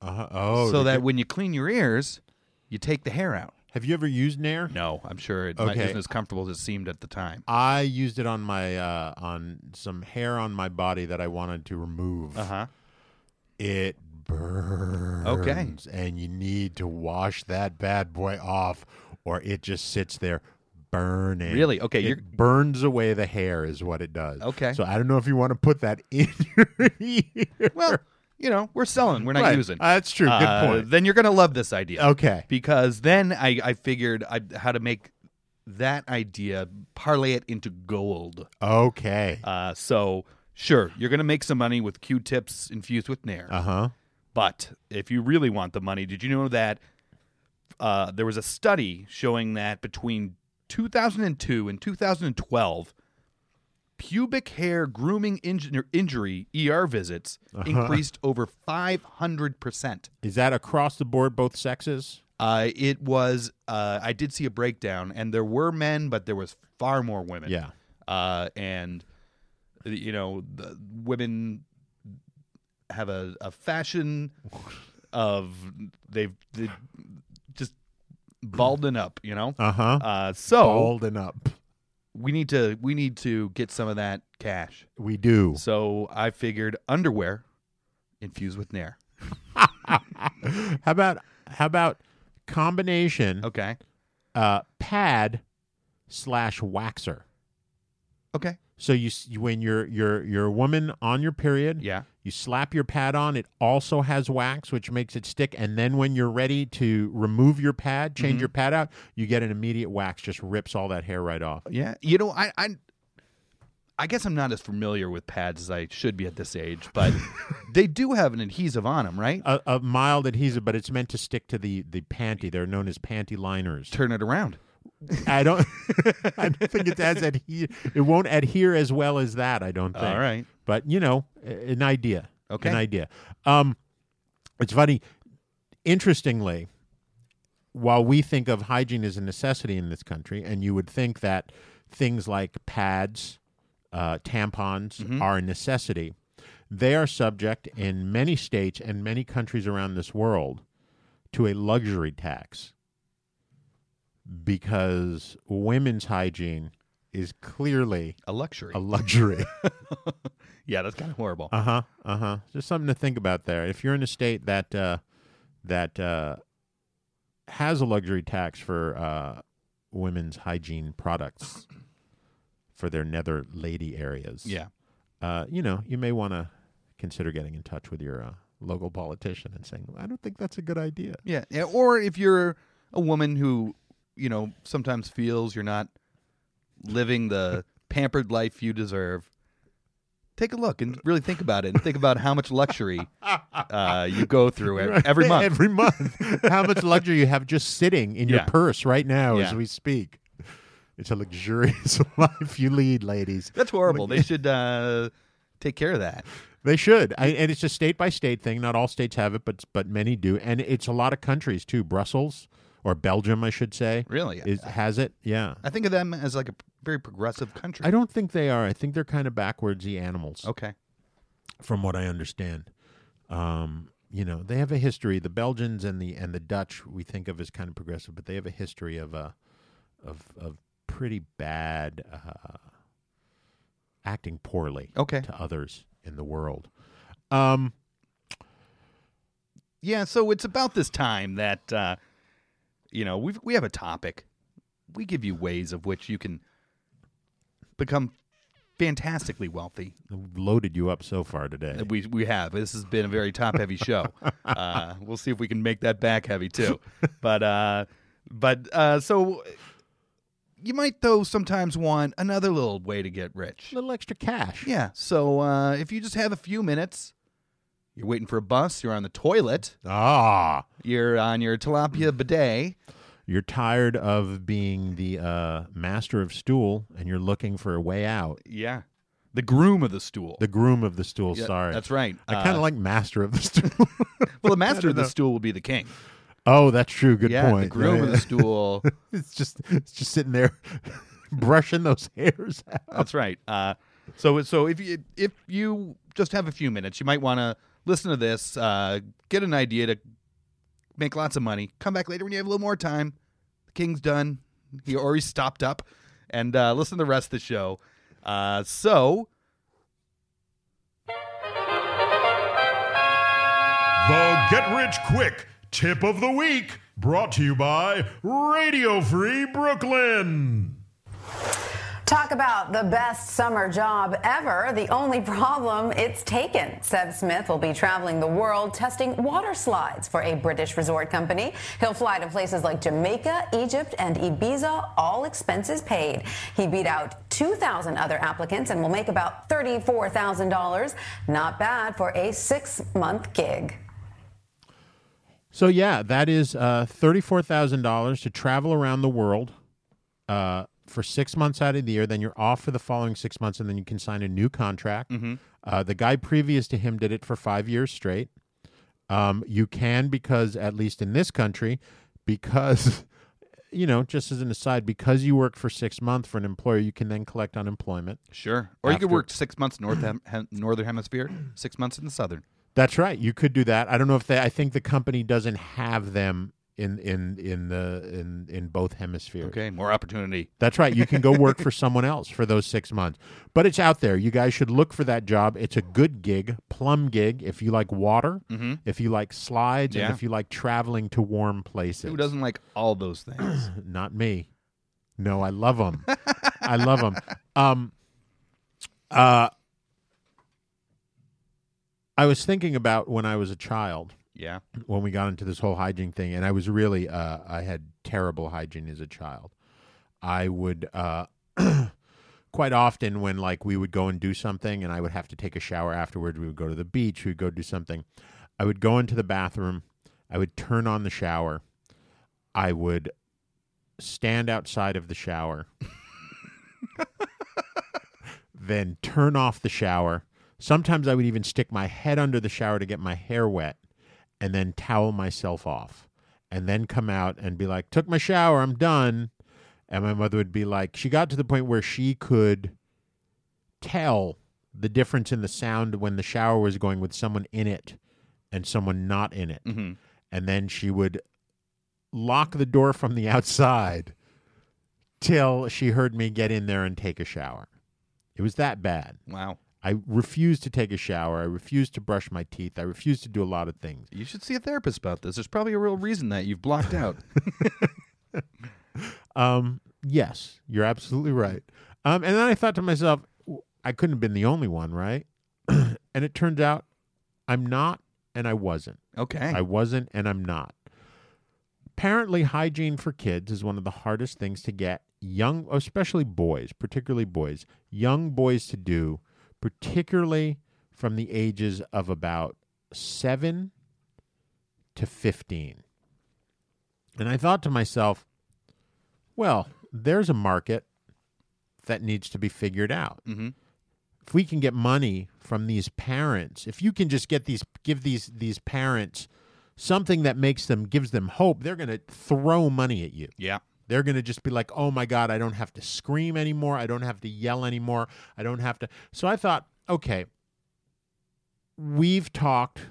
Speaker 5: Uh, oh,
Speaker 6: so
Speaker 5: to
Speaker 6: that
Speaker 5: get-
Speaker 6: when you clean your ears, you take the hair out.
Speaker 5: have you ever used Nair?
Speaker 6: No, I'm sure it might,
Speaker 5: Okay.
Speaker 6: isn't as comfortable as it seemed at the time.
Speaker 5: I used it on my uh, on some hair on my body that I wanted to remove.
Speaker 6: Uh huh.
Speaker 5: It burns. and you need to wash that bad boy off, or it just sits there burning.
Speaker 6: Really? Okay,
Speaker 5: It
Speaker 6: you're-
Speaker 5: burns away the hair is what it does.
Speaker 6: Okay.
Speaker 5: So I don't know if you want to put that in your ear.
Speaker 6: Well, you know, we're selling, we're not
Speaker 5: Right.
Speaker 6: using.
Speaker 5: Uh, that's true. Good
Speaker 6: Uh,
Speaker 5: point.
Speaker 6: Then you're gonna love this idea.
Speaker 5: Okay.
Speaker 6: Because then I, I figured I, how to make that idea parlay it into gold.
Speaker 5: Okay.
Speaker 6: Uh, so sure, you're gonna make some money with Q-tips infused with Nair.
Speaker 5: Uh huh.
Speaker 6: But if you really want the money, did you know that uh, there was a study showing that between 2002 and 2012, pubic hair grooming inju- injury ER visits increased over 500%.
Speaker 5: Is that across the board, both sexes?
Speaker 6: Uh, it was, uh, I did see a breakdown, and there were men, but there was far more women.
Speaker 5: Yeah.
Speaker 6: Uh, and, you know, the women have a, a fashion of they've they just balding up, you know.
Speaker 5: Uh-huh.
Speaker 6: Uh, so
Speaker 5: Balding up.
Speaker 6: we need to we need to get some of that cash.
Speaker 5: We do.
Speaker 6: So I figured underwear infused with nair.
Speaker 5: How about how about combination
Speaker 6: Okay.
Speaker 5: uh, pad slash waxer?
Speaker 6: Okay.
Speaker 5: So you s- when you're you're you're a woman on your period,
Speaker 6: Yeah.
Speaker 5: you slap your pad on. It also has wax, which makes it stick. And then when you're ready to remove your pad, change
Speaker 6: Mm-hmm.
Speaker 5: your pad out, you get an immediate wax. Just rips all that hair right off.
Speaker 6: Yeah. You know, I I I guess I'm not as familiar with pads as I should be at this age, but they do have an adhesive on them, right?
Speaker 5: A, a mild adhesive, but it's meant to stick to the the panty. They're known as panty liners.
Speaker 6: Turn it around.
Speaker 5: I don't. I don't think it's as adhere. It won't adhere as well as that. I don't think.
Speaker 6: All right.
Speaker 5: But you know, a- an idea.
Speaker 6: Okay.
Speaker 5: An idea. Um, it's funny. Interestingly, while we think of hygiene as a necessity in this country, and you would think that things like pads, uh, tampons are a necessity, they are subject in many states and many countries around this world to a luxury tax because women's hygiene is clearly
Speaker 6: A luxury.
Speaker 5: a luxury.
Speaker 6: yeah, that's kind of horrible.
Speaker 5: Uh huh. Uh huh. Just something to think about there. If you're in a state that uh, that uh, has a luxury tax for uh, women's hygiene products for their nether lady areas,
Speaker 6: yeah.
Speaker 5: uh, you know, you may want to consider getting in touch with your uh, local politician and saying, "I don't think that's a good idea."
Speaker 6: Yeah, yeah. Or if you're a woman who, you know, sometimes feels you're not living the pampered life you deserve, take a look and really think about it and think about how much luxury uh, you go through ev- every month.
Speaker 5: Every month. How much luxury you have just sitting in your
Speaker 6: Yeah.
Speaker 5: purse right now as
Speaker 6: Yeah.
Speaker 5: we speak. It's a luxurious life you lead, ladies.
Speaker 6: That's horrible. They should uh, take care of that.
Speaker 5: They should, I, and it's a state by state thing. Not all states have it, but but many do, and it's a lot of countries too. Brussels or Belgium, I should say,
Speaker 6: Really?
Speaker 5: is, has it. Yeah,
Speaker 6: I think of them as like a p- very progressive country.
Speaker 5: I don't think they are. I think they're kind of backwardsy animals,
Speaker 6: okay.
Speaker 5: from what I understand. Um, you know, they have a history. The Belgians and the and the Dutch we think of as kind of progressive, but they have a history of uh, of of pretty bad uh, acting poorly
Speaker 6: Okay.
Speaker 5: to others in the world. Um,
Speaker 6: yeah, so it's about this time that uh, you know we we have a topic. We give you ways of which you can become fantastically wealthy.
Speaker 5: Loaded you up so far today.
Speaker 6: We we have this has been a very top heavy show. uh, we'll see if we can make that back heavy too. But uh, but uh, so you might though sometimes want another little way to get rich.
Speaker 5: A little extra cash.
Speaker 6: Yeah. So uh, if you just have a few minutes, you're waiting for a bus, you're on the toilet,
Speaker 5: Ah,
Speaker 6: you're on your
Speaker 5: Mm.
Speaker 6: tilapia bidet.
Speaker 5: you're tired of being the uh, master of stool, and you're looking for a way out.
Speaker 6: Yeah. The groom of the stool.
Speaker 5: The groom of the stool.
Speaker 6: Yeah,
Speaker 5: sorry,
Speaker 6: that's right.
Speaker 5: I kind of
Speaker 6: Uh,
Speaker 5: like master of the stool.
Speaker 6: well, the master of the stool will be the king.
Speaker 5: oh, that's true. Good
Speaker 6: yeah,
Speaker 5: point.
Speaker 6: the groom
Speaker 5: Yeah,
Speaker 6: of
Speaker 5: yeah.
Speaker 6: the stool.
Speaker 5: it's just it's just sitting there brushing those hairs out.
Speaker 6: That's right. Uh, so so if you if you just have a few minutes, you might want to listen to this, uh, get an idea to make lots of money. Come back later when you have a little more time. The king's done. He or he's stopped up, and uh, listen to the rest of the show. Uh, so
Speaker 7: The Get Rich Quick Tip of the Week, brought to you by Radio Free Brooklyn.
Speaker 8: Talk about the best summer job ever. The only problem, it's taken. Seb Smith will be traveling the world testing water slides for a British resort company. He'll fly to places like Jamaica, Egypt, and Ibiza, all expenses paid. He beat out 2,000 other applicants and will make about $34,000. Not bad for a six month gig.
Speaker 5: So yeah, that is uh, thirty-four thousand dollars to travel around the world uh, for six months out of the year. Then you're off for the following six months, and then you can sign a new contract. Uh, the guy previous to him did it for five years straight. Um, you can because at least in this country, because you know, just as an aside, because you work for six months for an employer, you can then collect unemployment.
Speaker 6: sure, or you could
Speaker 5: After-
Speaker 6: work six months north hem- hem- northern hemisphere, six months in the southern.
Speaker 5: That's right. You could do that. I don't know if they. I think the company doesn't have them in in in the in in both hemispheres.
Speaker 6: Okay, more opportunity.
Speaker 5: That's right. You can go work for someone else for those six months. But it's out there. You guys should look for that job. It's a good gig, plum gig. If you like water, if you like slides,
Speaker 6: Mm-hmm. Yeah.
Speaker 5: and if you like traveling to warm places.
Speaker 6: Who doesn't like all those things?
Speaker 5: Not me. No, I love them. I love them. Um, uh, I was thinking about when I was a child
Speaker 6: yeah.
Speaker 5: when we got into this whole hygiene thing, and I was really uh, I had terrible hygiene as a child. I would uh, quite often when like we would go and do something, and I would have to take a shower afterwards. We would go to the beach. We would go do something. I would go into the bathroom. I would turn on the shower. I would stand outside of the shower, then turn off the shower. Sometimes I would even stick my head under the shower to get my hair wet and then towel myself off and then come out and be like, took my shower, I'm done. And my mother would be like, she got to the point where she could tell the difference in the sound when the shower was going with someone in it and someone not in it. And then she would lock the door from the outside till she heard me get in there and take a shower. It was that bad.
Speaker 6: Wow.
Speaker 5: I refused to take a shower. I refused to brush my teeth. I refused to do a lot of things.
Speaker 6: You should see a therapist about this. There's probably a real reason that you've blocked out.
Speaker 5: Um, yes, you're absolutely right. Um, and then I thought to myself, w- I couldn't have been the only one, right? and it turns out I'm not, and I wasn't.
Speaker 6: Okay.
Speaker 5: I wasn't, and I'm not. Apparently, hygiene for kids is one of the hardest things to get young, especially boys, particularly boys, young boys to do, particularly from the ages of about seven to 15. And I thought to myself, well, there's a market that needs to be figured out. If we can get money from these parents, if you can just get these, give these these parents something that makes them gives them hope, they're going to throw money at you.
Speaker 6: yeah.
Speaker 5: They're going to just be like, "Oh my god, I don't have to scream anymore. I don't have to yell anymore. I don't have to." So I thought, okay, we've talked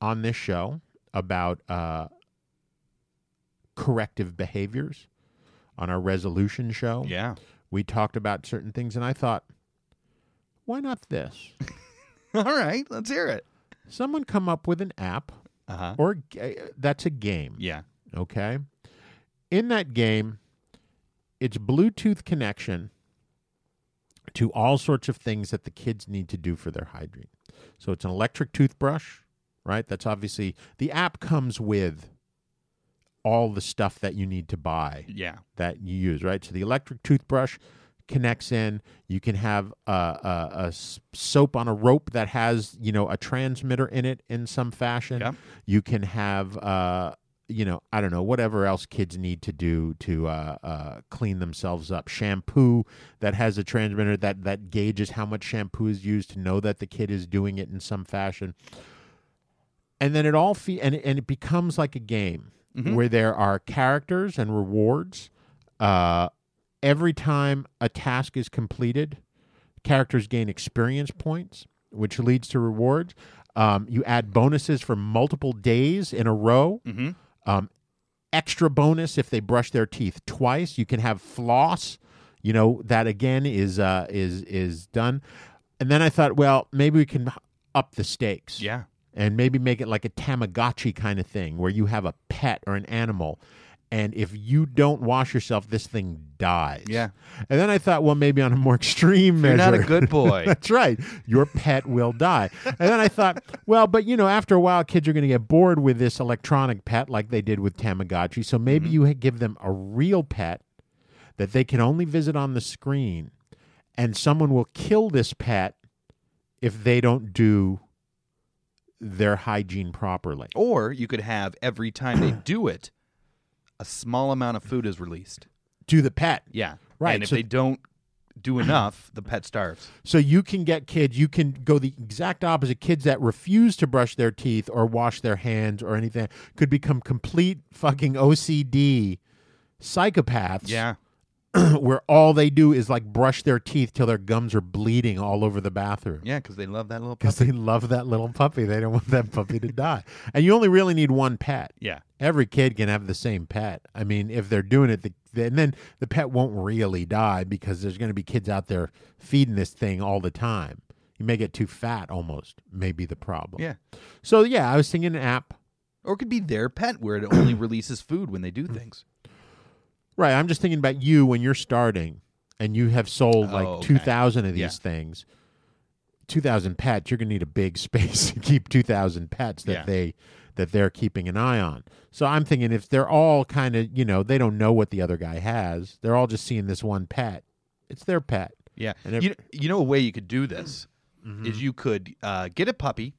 Speaker 5: on this show about uh, corrective behaviors on our resolution show.
Speaker 6: Yeah.
Speaker 5: We talked about certain things, and I thought, why not this?
Speaker 6: All right. Let's hear it.
Speaker 5: Someone come up with an app
Speaker 6: Uh-huh.
Speaker 5: or g- uh, that's a game.
Speaker 6: Yeah.
Speaker 5: Okay. In that game, it's Bluetooth connection to all sorts of things that the kids need to do for their hygiene. So it's an electric toothbrush, right? That's obviously the app comes with all the stuff that you need to buy
Speaker 6: Yeah.
Speaker 5: that you use, right? So the electric toothbrush connects in. You can have a, a, a s- soap on a rope that has, you know, a transmitter in it in some fashion.
Speaker 6: Yeah.
Speaker 5: You can have, uh, you know, I don't know, whatever else kids need to do to uh, uh, clean themselves up. Shampoo that has a transmitter that, that gauges how much shampoo is used to know that the kid is doing it in some fashion and then it all fe- and and it becomes like a game where there are characters and rewards. Uh, every time a task is completed, characters gain experience points, which leads to rewards. Um, you add bonuses for multiple days in a row. Um, extra bonus if they brush their teeth twice. You can have floss. You know that again is uh, is is done. And then I thought, well, maybe we can up the stakes
Speaker 6: Yeah.
Speaker 5: and maybe make it like a Tamagotchi kind of thing where you have a pet or an animal. And if you don't wash yourself, this thing dies.
Speaker 6: Yeah.
Speaker 5: And then I thought, well, maybe on a more extreme
Speaker 6: You're
Speaker 5: measure.
Speaker 6: not a good boy.
Speaker 5: That's right. Your pet will die. And then I thought, well, but you know, after a while, kids are going to get bored with this electronic pet like they did with Tamagotchi. So maybe you ha- give them a real pet that they can only visit on the screen, and someone will kill this pet if they don't do their hygiene properly.
Speaker 6: Or you could have every time they do it, a small amount of food is released.
Speaker 5: To the pet.
Speaker 6: Yeah.
Speaker 5: Right,
Speaker 6: And if
Speaker 5: so-
Speaker 6: they don't do enough, the pet starves.
Speaker 5: So you can get kids, you can go the exact opposite. Kids that refuse to brush their teeth or wash their hands or anything could become complete fucking OCD psychopaths
Speaker 6: Yeah.
Speaker 5: where all they do is like brush their teeth till their gums are bleeding all over the bathroom.
Speaker 6: Yeah, because they love that little
Speaker 5: Because
Speaker 6: puppy.
Speaker 5: they love that little puppy. They don't want that puppy to die. And you only really need one pet.
Speaker 6: Yeah.
Speaker 5: Every kid can have the same pet. I mean, if they're doing it, the, the- and then the pet won't really die because there's going to be kids out there feeding this thing all the time. You may get too fat almost, may be the problem.
Speaker 6: Yeah.
Speaker 5: So, yeah, I was thinking an app.
Speaker 6: Or it could be their pet where it only releases food when they do things.
Speaker 5: Right. I'm just thinking about you when you're starting and you have sold like
Speaker 6: Oh, okay.
Speaker 5: 2,000 of these
Speaker 6: Yeah.
Speaker 5: things. 2,000 pets, you're going to need a big space to keep 2,000 pets that
Speaker 6: Yeah.
Speaker 5: they that they're keeping an eye on. So I'm thinking if they're all kind of, you know, they don't know what the other guy has. They're all just seeing this one pet. It's their pet.
Speaker 6: Yeah.
Speaker 5: And Mm-hmm. if-
Speaker 6: you, you know, a way you could do this is you could uh, get a puppy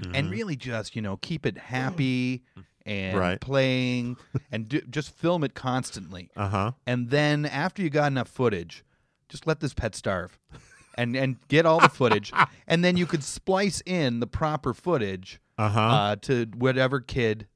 Speaker 5: Mm-hmm.
Speaker 6: and really just, you know, keep it happy and
Speaker 5: Right.
Speaker 6: playing and do, just film it constantly.
Speaker 5: Uh-huh.
Speaker 6: And then after you got enough footage, just let this pet starve and, and get all the footage. and then you could splice in the proper footage
Speaker 5: Uh-huh.
Speaker 6: uh, to whatever kid.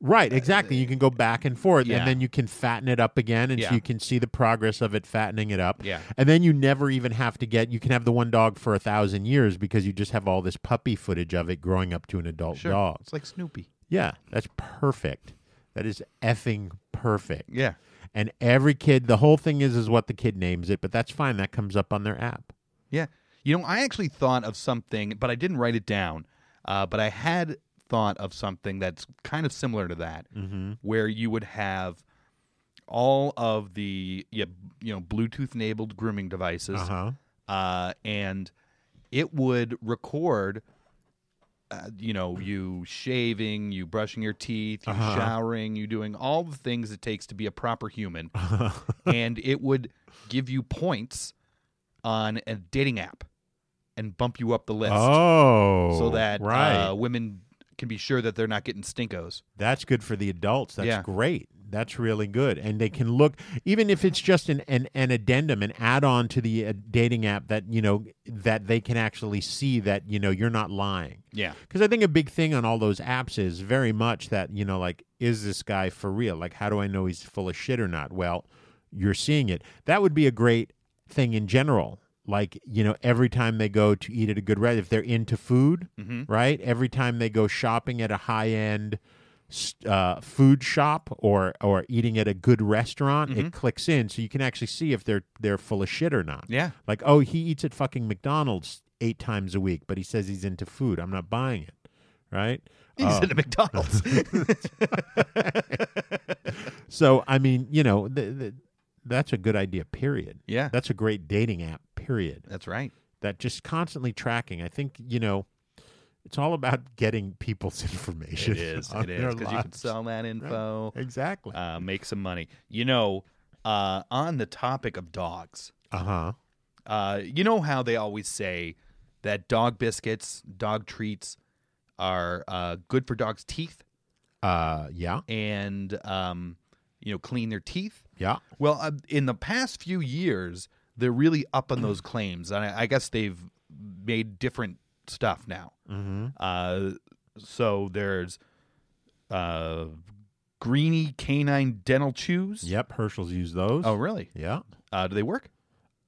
Speaker 5: Right, exactly. You can go back and forth,
Speaker 6: Yeah.
Speaker 5: and then you can fatten it up again, and
Speaker 6: Yeah.
Speaker 5: so you can see the progress of it fattening it up.
Speaker 6: Yeah.
Speaker 5: and then you never even have to get. You can have the one dog for a thousand years because you just have all this puppy footage of it growing up to an adult
Speaker 6: Sure.
Speaker 5: dog.
Speaker 6: It's like Snoopy.
Speaker 5: Yeah, that's perfect. That is effing perfect.
Speaker 6: Yeah.
Speaker 5: and every kid, the whole thing is is what the kid names it, but that's fine. That comes up on their app.
Speaker 6: Yeah. You know, I actually thought of something, but I didn't write it down. Uh, but I had thought of something that's kind of similar to that, where you would have all of the yeah, you know Bluetooth enabled grooming devices,
Speaker 5: Uh-huh.
Speaker 6: uh, and it would record. Uh, you know, you shaving, you brushing your teeth, you
Speaker 5: Uh-huh.
Speaker 6: showering, you doing all the things it takes to be a proper human, and it would give you points on a dating app and bump you up the list
Speaker 5: Oh,
Speaker 6: so that
Speaker 5: right,
Speaker 6: uh, women can be sure that they're not getting stinkos.
Speaker 5: That's good for the adults. That's
Speaker 6: Yeah.
Speaker 5: great. That's really good. And they can look, even if it's just an, an, an addendum, an add on to the uh, dating app that, you know, that they can actually see that, you know, you're not lying.
Speaker 6: Yeah.
Speaker 5: Because I think a big thing on all those apps is very much that, you know, like, is this guy for real? Like, how do I know he's full of shit or not? Well, you're seeing it. That would be a great thing in general. Like, you know, every time they go to eat at a good restaurant, if they're into food, right? Every time they go shopping at a high end uh, food shop or, or eating at a good restaurant, it clicks in. So you can actually see if they're, they're full of shit or not.
Speaker 6: Yeah.
Speaker 5: Like, oh, he eats at fucking McDonald's eight times a week, but he says he's into food. I'm not buying it. right? Uh,
Speaker 6: He's into McDonald's.
Speaker 5: So I mean, you know, th- th- that's a good idea. Period.
Speaker 6: Yeah.
Speaker 5: that's a great dating app. Period.
Speaker 6: That's right.
Speaker 5: That just constantly tracking. I think you know, it's all about getting people's information.
Speaker 6: It is.
Speaker 5: on
Speaker 6: It
Speaker 5: their
Speaker 6: is because you can
Speaker 5: lives.
Speaker 6: sell that info,
Speaker 5: exactly.
Speaker 6: uh, make some money. You know, uh, on the topic of dogs,
Speaker 5: Uh huh.
Speaker 6: uh, you know how they always say that dog biscuits, dog treats are uh, good for dogs' teeth
Speaker 5: Uh yeah
Speaker 6: and um, you know clean their teeth.
Speaker 5: yeah.
Speaker 6: Well, uh, in the past few years, they're really up on those claims, and I, I guess they've made different stuff now. Mm-hmm. Uh, so there's uh, greeny canine dental chews.
Speaker 5: Yep. Herschel's used those.
Speaker 6: Oh, really?
Speaker 5: Yeah.
Speaker 6: Uh, do they work?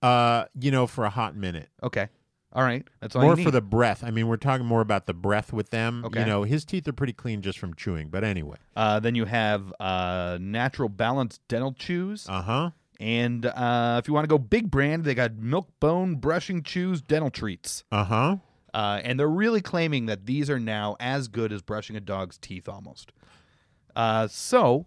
Speaker 5: Uh, you know, for a hot minute.
Speaker 6: Okay. All right. That's all. you
Speaker 5: More for
Speaker 6: need.
Speaker 5: the breath. I mean, we're talking more about the breath with them.
Speaker 6: Okay.
Speaker 5: You know, his teeth are pretty clean just from chewing. But anyway.
Speaker 6: Uh, then you have uh, natural balance dental chews,
Speaker 5: Uh huh.
Speaker 6: and uh, if you want to go big brand, they got milk bone brushing chews, dental treats.
Speaker 5: Uh huh.
Speaker 6: Uh, and they're really claiming that these are now as good as brushing a dog's teeth almost. Uh, so,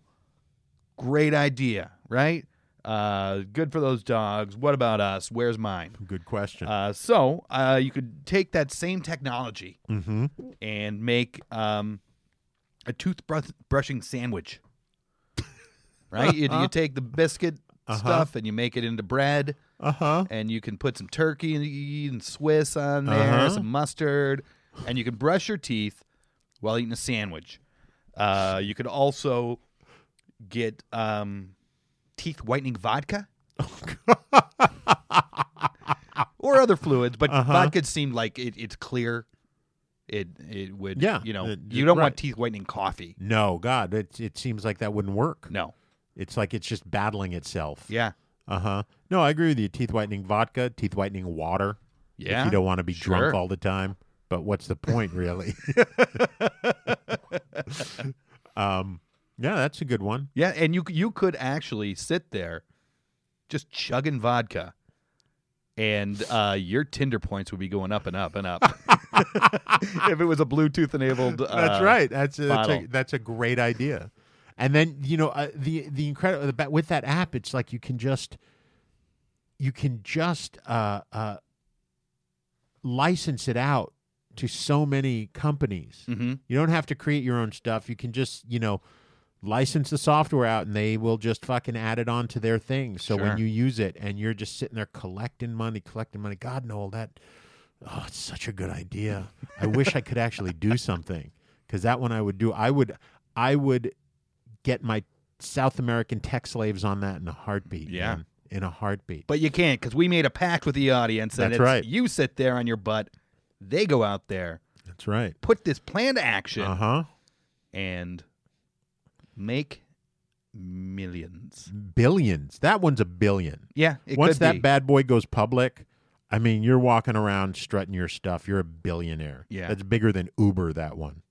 Speaker 6: great idea, right? Uh, good for those dogs. What about us? Where's mine?
Speaker 5: Good question.
Speaker 6: Uh, so, uh, you could take that same technology
Speaker 5: Mm-hmm.
Speaker 6: and make um, a toothbrush brushing sandwich, right? You,
Speaker 5: Uh-huh.
Speaker 6: you take the biscuit stuff and you make it into bread
Speaker 5: Uh huh.
Speaker 6: and you can put some turkey and- and Swiss on there,
Speaker 5: Uh-huh.
Speaker 6: some mustard, and you can brush your teeth while eating a sandwich. Uh, you could also get um, teeth whitening vodka or other fluids, but
Speaker 5: Uh-huh.
Speaker 6: vodka seemed like it, it's clear. It it would
Speaker 5: Yeah,
Speaker 6: you know
Speaker 5: it-
Speaker 6: you don't
Speaker 5: right.
Speaker 6: want teeth whitening coffee.
Speaker 5: No, God, it it seems like that wouldn't work.
Speaker 6: No,
Speaker 5: It's like it's just battling itself.
Speaker 6: yeah,
Speaker 5: Uh huh. No, I agree with you. Teeth whitening vodka, teeth whitening water.
Speaker 6: Yeah,
Speaker 5: If you don't want to be drunk
Speaker 6: sure.
Speaker 5: all the time. But what's the point, really? um, yeah, that's a good one.
Speaker 6: yeah, and you c- you could actually sit there, just chugging vodka, and uh, your Tinder points would be going up and up and up. if it was a Bluetooth enabled, uh,
Speaker 5: That's right. That's a, that's, a,
Speaker 6: bottle.
Speaker 5: that's a great idea. And then you know uh, the the incredible the, ba- with that app, it's like you can just you can just uh, uh, license it out to so many companies.
Speaker 6: Mhm.
Speaker 5: You don't have to create your own stuff. You can just you know license the software out, and they will just fucking add it on to their thing. So when
Speaker 6: Sure.
Speaker 5: you use it, and you're just sitting there collecting money, collecting money. God, Noel, that Oh, it's such a good idea. I wish I could actually do something because that one I would do. I would, I would get my South American tech slaves on that in a heartbeat.
Speaker 6: Yeah.
Speaker 5: man. in a heartbeat.
Speaker 6: But you can't because we made a pact with the audience. And it's,
Speaker 5: That's right.
Speaker 6: You sit there on your butt. They go out there,
Speaker 5: That's right.
Speaker 6: put this plan to action,
Speaker 5: Uh huh.
Speaker 6: and make millions.
Speaker 5: Billions. That one's a billion.
Speaker 6: Yeah, it
Speaker 5: Once
Speaker 6: could
Speaker 5: that
Speaker 6: be.
Speaker 5: bad boy goes public, I mean, you're walking around strutting your stuff. You're a billionaire.
Speaker 6: Yeah.
Speaker 5: That's bigger than Uber. That one,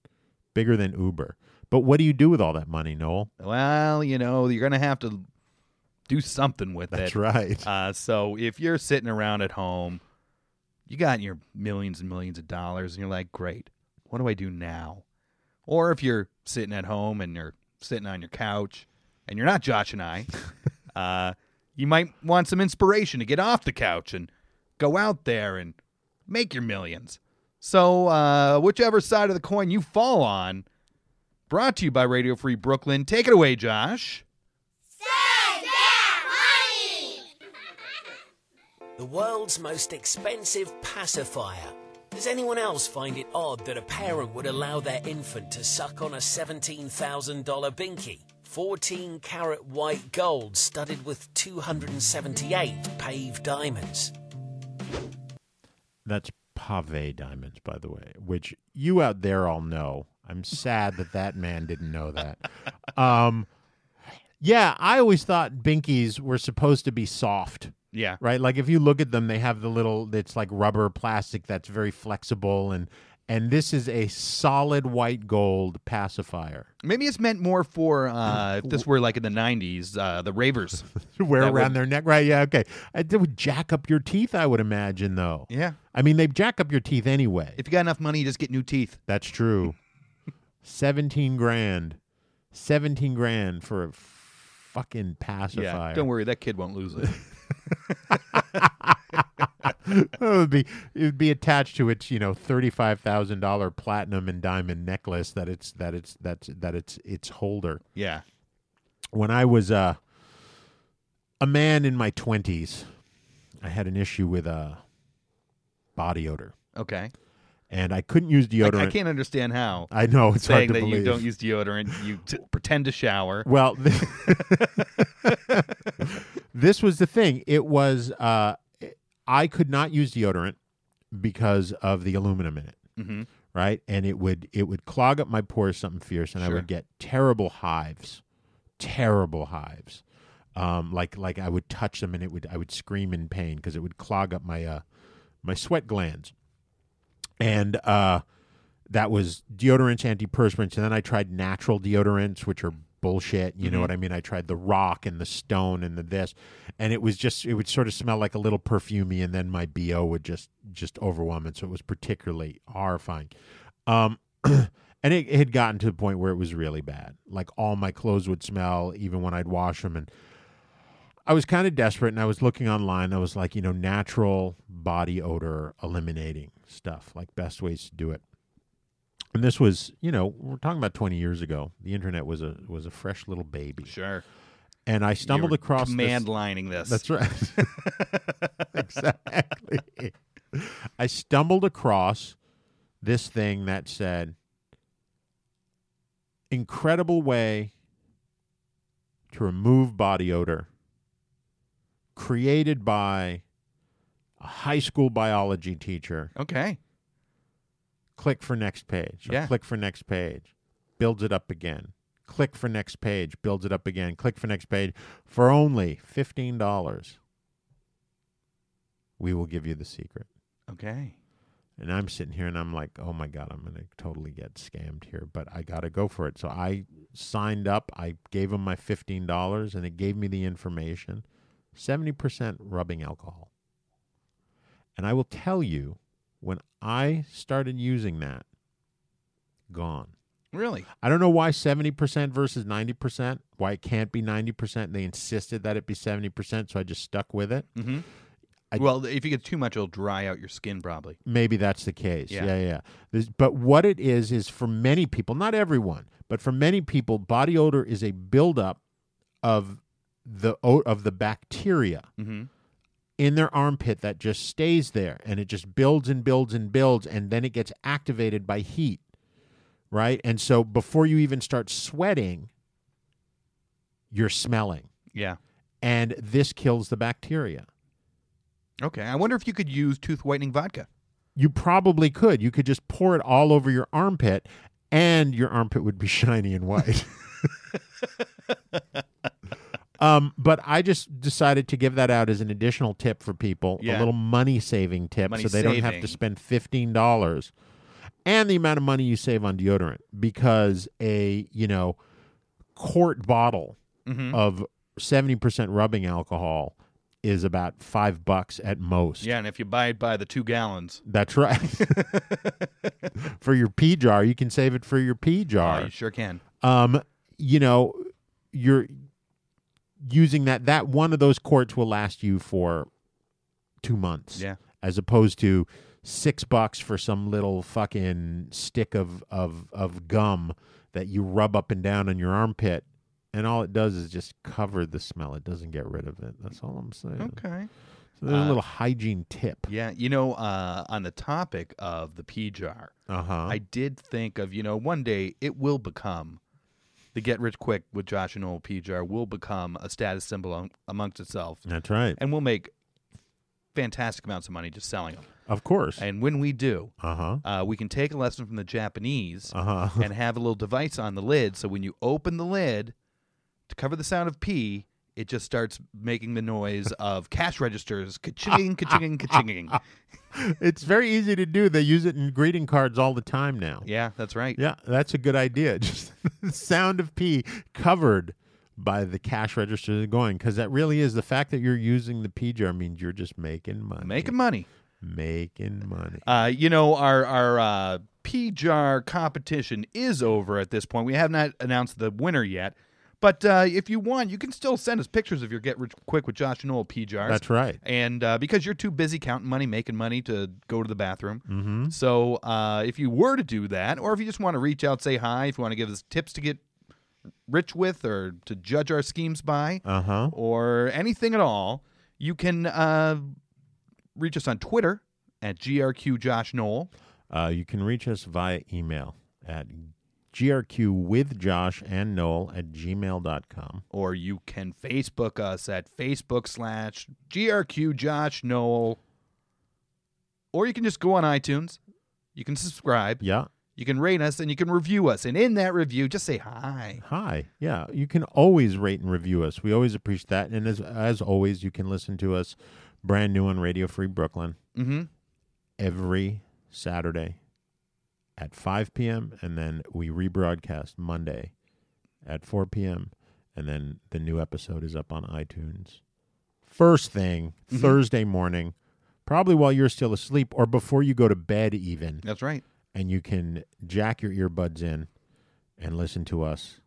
Speaker 5: bigger than Uber. But what do you do with all that money, Noel?
Speaker 6: Well, you know, you're gonna have to do something with
Speaker 5: That's
Speaker 6: it.
Speaker 5: right.
Speaker 6: Uh, so if you're sitting around at home, you got your millions and millions of dollars, and you're like, great, what do I do now? Or if you're sitting at home and you're sitting on your couch and you're not Josh and I, uh, you might want some inspiration to get off the couch and go out there and make your millions. So, uh, whichever side of the coin you fall on, brought to you by Radio Free Brooklyn. Take it away, Josh.
Speaker 9: The world's most expensive pacifier. Does anyone else find it odd that a parent would allow their infant to suck on a $17,000 binky? 14 carat white gold studded with 278 paved diamonds.
Speaker 5: That's pave diamonds, by the way, which you out there all know. I'm sad that that man didn't know that. Um, yeah, I always thought binkies were supposed to be soft,
Speaker 6: Yeah.
Speaker 5: right? Like if you look at them, they have the little it's like rubber plastic that's very flexible and and this is a solid white gold pacifier.
Speaker 6: Maybe it's meant more for uh, if this were like in the '90s, uh, the ravers.
Speaker 5: To wear
Speaker 6: That
Speaker 5: around
Speaker 6: would-
Speaker 5: their neck, right? Yeah, okay. It would jack up your teeth, I would imagine, though.
Speaker 6: Yeah.
Speaker 5: I mean, they jack up your teeth anyway.
Speaker 6: If you got enough money, you just get new teeth.
Speaker 5: That's true. 17 grand. 17 grand for a fucking pacifier.
Speaker 6: Yeah, don't worry, that kid won't lose it.
Speaker 5: it would be it would be attached to its you know thirty five thousand dollar platinum and diamond necklace that it's that it's that's that it's its holder.
Speaker 6: yeah,
Speaker 5: When I was uh, a man in my twenties, I had an issue with uh, body odor,
Speaker 6: okay.
Speaker 5: and I couldn't use
Speaker 6: I,
Speaker 5: deodorant.
Speaker 6: I can't understand how
Speaker 5: I know it's hard
Speaker 6: saying
Speaker 5: to
Speaker 6: that
Speaker 5: believe.
Speaker 6: you don't use deodorant, you t- pretend to shower.
Speaker 5: Well, th- this was the thing. It was uh, I could not use deodorant because of the aluminum in it,
Speaker 6: Mhm.
Speaker 5: right? And it would it would clog up my pores something fierce, and I
Speaker 6: Sure.
Speaker 5: would get terrible hives, terrible hives. Um, like like I would touch them, and it would I would scream in pain because it would clog up my uh, my sweat glands, and uh, that was deodorants, antiperspirants, and then I tried natural deodorants, which are bullshit. You know what I mean? I tried the rock and the stone and the this, and it was just it would sort of smell like a little perfumey, and then my bo would just just overwhelm it. So it was particularly horrifying. Um, and it, it had gotten to the point where it was really bad. Like all my clothes would smell, even when I'd wash them, and I was kind of desperate and I was looking online. I was like, you know, natural body odor eliminating stuff, like best ways to do it. And this was, you know, we're talking about 20 years ago. The internet was a was a fresh little baby.
Speaker 6: Sure,
Speaker 5: And I stumbled
Speaker 6: You're
Speaker 5: across
Speaker 6: command
Speaker 5: this,
Speaker 6: lining this.
Speaker 5: That's right. exactly. I stumbled across this thing that said incredible way to remove body odor created by a high school biology teacher.
Speaker 6: okay.
Speaker 5: Click for next page. or
Speaker 6: Yeah.
Speaker 5: Click for next page. Builds it up again. Click for next page. Builds it up again. Click for next page. For only $15, we will give you the secret.
Speaker 6: Okay.
Speaker 5: And I'm sitting here and I'm like, oh my God, I'm going to totally get scammed here, but I got to go for it. So I signed up. I gave them my $15 and it gave me the information 70% rubbing alcohol. And I will tell you, when I started using that, gone.
Speaker 6: Really?
Speaker 5: I don't know why 70% versus 90%, why it can't be 90%. They insisted that it be 70%, so I just stuck with it.
Speaker 6: Mm-hmm.
Speaker 5: I-
Speaker 6: well, if you get too much, it'll dry out your skin probably.
Speaker 5: maybe that's the case. Yeah,
Speaker 6: Yeah.
Speaker 5: yeah. There's, but what it is is for many people, not everyone, but for many people, body odor is a buildup of the o- of the bacteria
Speaker 6: Mm-hmm.
Speaker 5: in their armpit that just stays there and it just builds and builds and builds and then it gets activated by heat. Right? And so before you even start sweating, you're smelling
Speaker 6: Yeah.
Speaker 5: and this kills the bacteria.
Speaker 6: Okay. I wonder if you could use tooth whitening vodka.
Speaker 5: you probably could. You could just pour it all over your armpit, and your armpit would be shiny and white. um, but I just decided to give that out as an additional tip for people, a
Speaker 6: Yeah.
Speaker 5: little money saving tip,
Speaker 6: Money
Speaker 5: so they don't have to
Speaker 6: saving.
Speaker 5: spend fifteen dollars, and the amount of money you save on deodorant because a you know quart bottle
Speaker 6: Mm-hmm.
Speaker 5: of seventy percent rubbing alcohol is about five bucks at most.
Speaker 6: Yeah, and if you buy it by the two gallons,
Speaker 5: That's right. for your pee jar, you can save it for your pee
Speaker 6: oh,
Speaker 5: jar.
Speaker 6: you sure can.
Speaker 5: Um, you know, you're using that that one of those quarts will last you for 2 months.
Speaker 6: Yeah.
Speaker 5: As opposed to 6 bucks for some little fucking stick of of of gum that you rub up and down on your armpit and all it does is just cover the smell. It doesn't get rid of it. That's all I'm saying.
Speaker 6: Okay.
Speaker 5: So there's a
Speaker 6: Uh,
Speaker 5: little hygiene tip.
Speaker 6: Yeah, you know, uh, on the topic of the pee jar,
Speaker 5: Uh-huh.
Speaker 6: I did think of you know one day it will become the get rich quick with Josh and Noel pee jar will become a status symbol am- amongst itself,
Speaker 5: That's right.
Speaker 6: and we'll make fantastic amounts of money just selling them.
Speaker 5: Of course.
Speaker 6: And when we do,
Speaker 5: Uh-huh.
Speaker 6: uh, we can take a lesson from the Japanese
Speaker 5: Uh-huh.
Speaker 6: and have a little device on the lid. So when you open the lid to cover the sound of pee, it just starts making the noise of cash registers ka-ching, ka-ching, ka-ching.
Speaker 5: it's very easy to do. They use it in greeting cards all the time now.
Speaker 6: Yeah, that's right.
Speaker 5: Yeah, that's a good idea. Just the sound of pee covered by the cash register going because that really is the fact that you're using the pee jar means you're just making money.
Speaker 6: Making money.
Speaker 5: making money.
Speaker 6: Uh, you know, our, our uh, pea jar competition is over at this point. We have not announced the winner yet. But uh, if you want, you can still send us pictures of your Get Rich Quick with Josh and Noel pea jars.
Speaker 5: That's right.
Speaker 6: And uh, because you're too busy counting money, making money to go to the bathroom. Mm-hmm. So uh, if you were to do that, or if you just want to reach out, say hi, if you want to give us tips to get rich with or to judge our schemes by,
Speaker 5: Uh-huh.
Speaker 6: or anything at all, you can uh, reach us on Twitter at grq Josh Noel.
Speaker 5: Uh, you can reach us via email at grq with Josh and Noel at gmail.com.
Speaker 6: or you can Facebook us at Facebook slash GRQ Josh Noel. Or you can just go on iTunes. You can subscribe.
Speaker 5: Yeah.
Speaker 6: You can rate us and you can review us. And in that review, just say hi.
Speaker 5: Hi. Yeah. You can always rate and review us. We always appreciate that. And as as always, you can listen to us brand new on Radio Free Brooklyn
Speaker 6: Mm-hmm.
Speaker 5: every Saturday at 5 p.m. And then we rebroadcast Monday at 4 p.m. And then the new episode is up on iTunes. First thing, Thursday morning, probably while you're still asleep or before you go to bed, even
Speaker 6: That's right.
Speaker 5: and you can jack your earbuds in and listen to us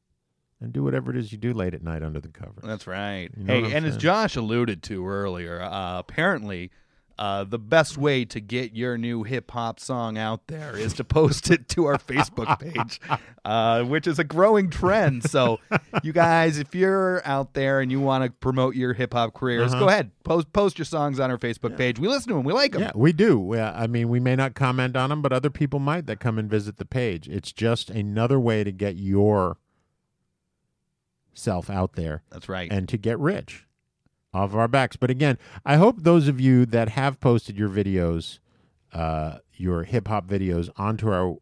Speaker 5: and do whatever it is you do late at night under the covers.
Speaker 6: That's right.
Speaker 5: You know
Speaker 6: hey,
Speaker 5: what I'm
Speaker 6: and as
Speaker 5: saying?
Speaker 6: Josh alluded to earlier, uh, apparently uh, the best way to get your new hip hop song out there is to post it to our Facebook page, uh, which is a growing trend. So, you guys, if you're out there and you want to promote your hip hop careers,
Speaker 5: Uh-huh.
Speaker 6: go ahead post post your songs on our Facebook page. We listen to them. We like them.
Speaker 5: Yeah, we do. We, I mean, we may not comment on them, but other people might that come and visit the page. It's just another way to get your self out there
Speaker 6: That's right.
Speaker 5: and to get rich off our backs. But again, I hope those of you that have posted your videos, uh, your hip hop videos onto our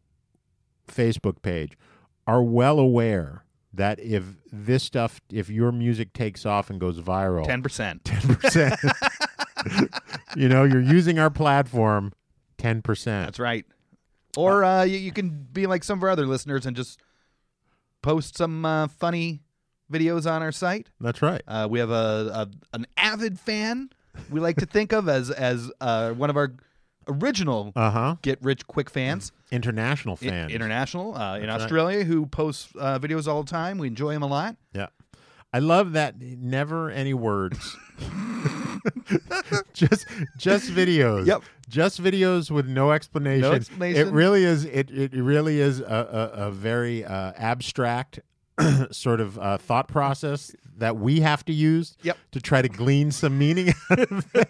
Speaker 5: Facebook page are well aware that if this stuff, if your music takes off and goes viral,
Speaker 6: Ten percent.
Speaker 5: percent you know, you're using our platform 10%.
Speaker 6: That's right. Or uh, you, you can be like some of our other listeners and just post some uh, funny videos on our site.
Speaker 5: That's right.
Speaker 6: Uh, we have a, a an avid fan we like to think of as as uh, one of our original
Speaker 5: Uh huh.
Speaker 6: get rich quick fans,
Speaker 5: International
Speaker 6: i-
Speaker 5: fans.
Speaker 6: international uh, in
Speaker 5: right.
Speaker 6: Australia who posts uh, videos all the time. We enjoy him a lot.
Speaker 5: Yeah. I love that never any words. just just videos.
Speaker 6: Yep.
Speaker 5: Just videos with no explanation.
Speaker 6: No explanation.
Speaker 5: It really is it, it really is a, a, a very uh, abstract sort of uh, thought process that we have to use
Speaker 6: Yep.
Speaker 5: to try to glean some meaning out of it.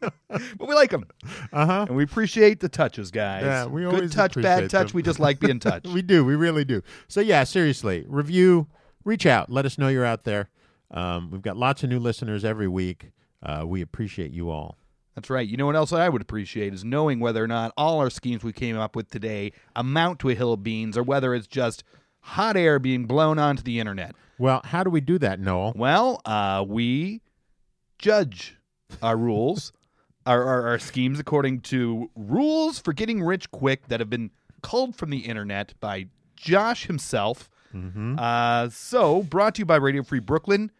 Speaker 6: But we like him.
Speaker 5: Uh-huh.
Speaker 6: And we appreciate the touches, guys.
Speaker 5: Yeah, we
Speaker 6: Good
Speaker 5: always
Speaker 6: touch, bad
Speaker 5: appreciate
Speaker 6: touch.
Speaker 5: them.
Speaker 6: We just like being touched.
Speaker 5: we do. We really do. So yeah, seriously, review, reach out, let us know you're out there. Um, we've got lots of new listeners every week. Uh, we appreciate you all.
Speaker 6: That's right. You know what else I would appreciate is knowing whether or not all our schemes we came up with today amount to a hill of beans or whether it's just hot air being blown onto the internet.
Speaker 5: Well, how do we do that, Noel?
Speaker 6: Well, uh, we judge our rules, our, our, our schemes according to rules for getting rich quick that have been culled from the internet by Josh himself.
Speaker 5: Mm-hmm.
Speaker 6: Uh, so, brought to you by Radio Free Brooklyn.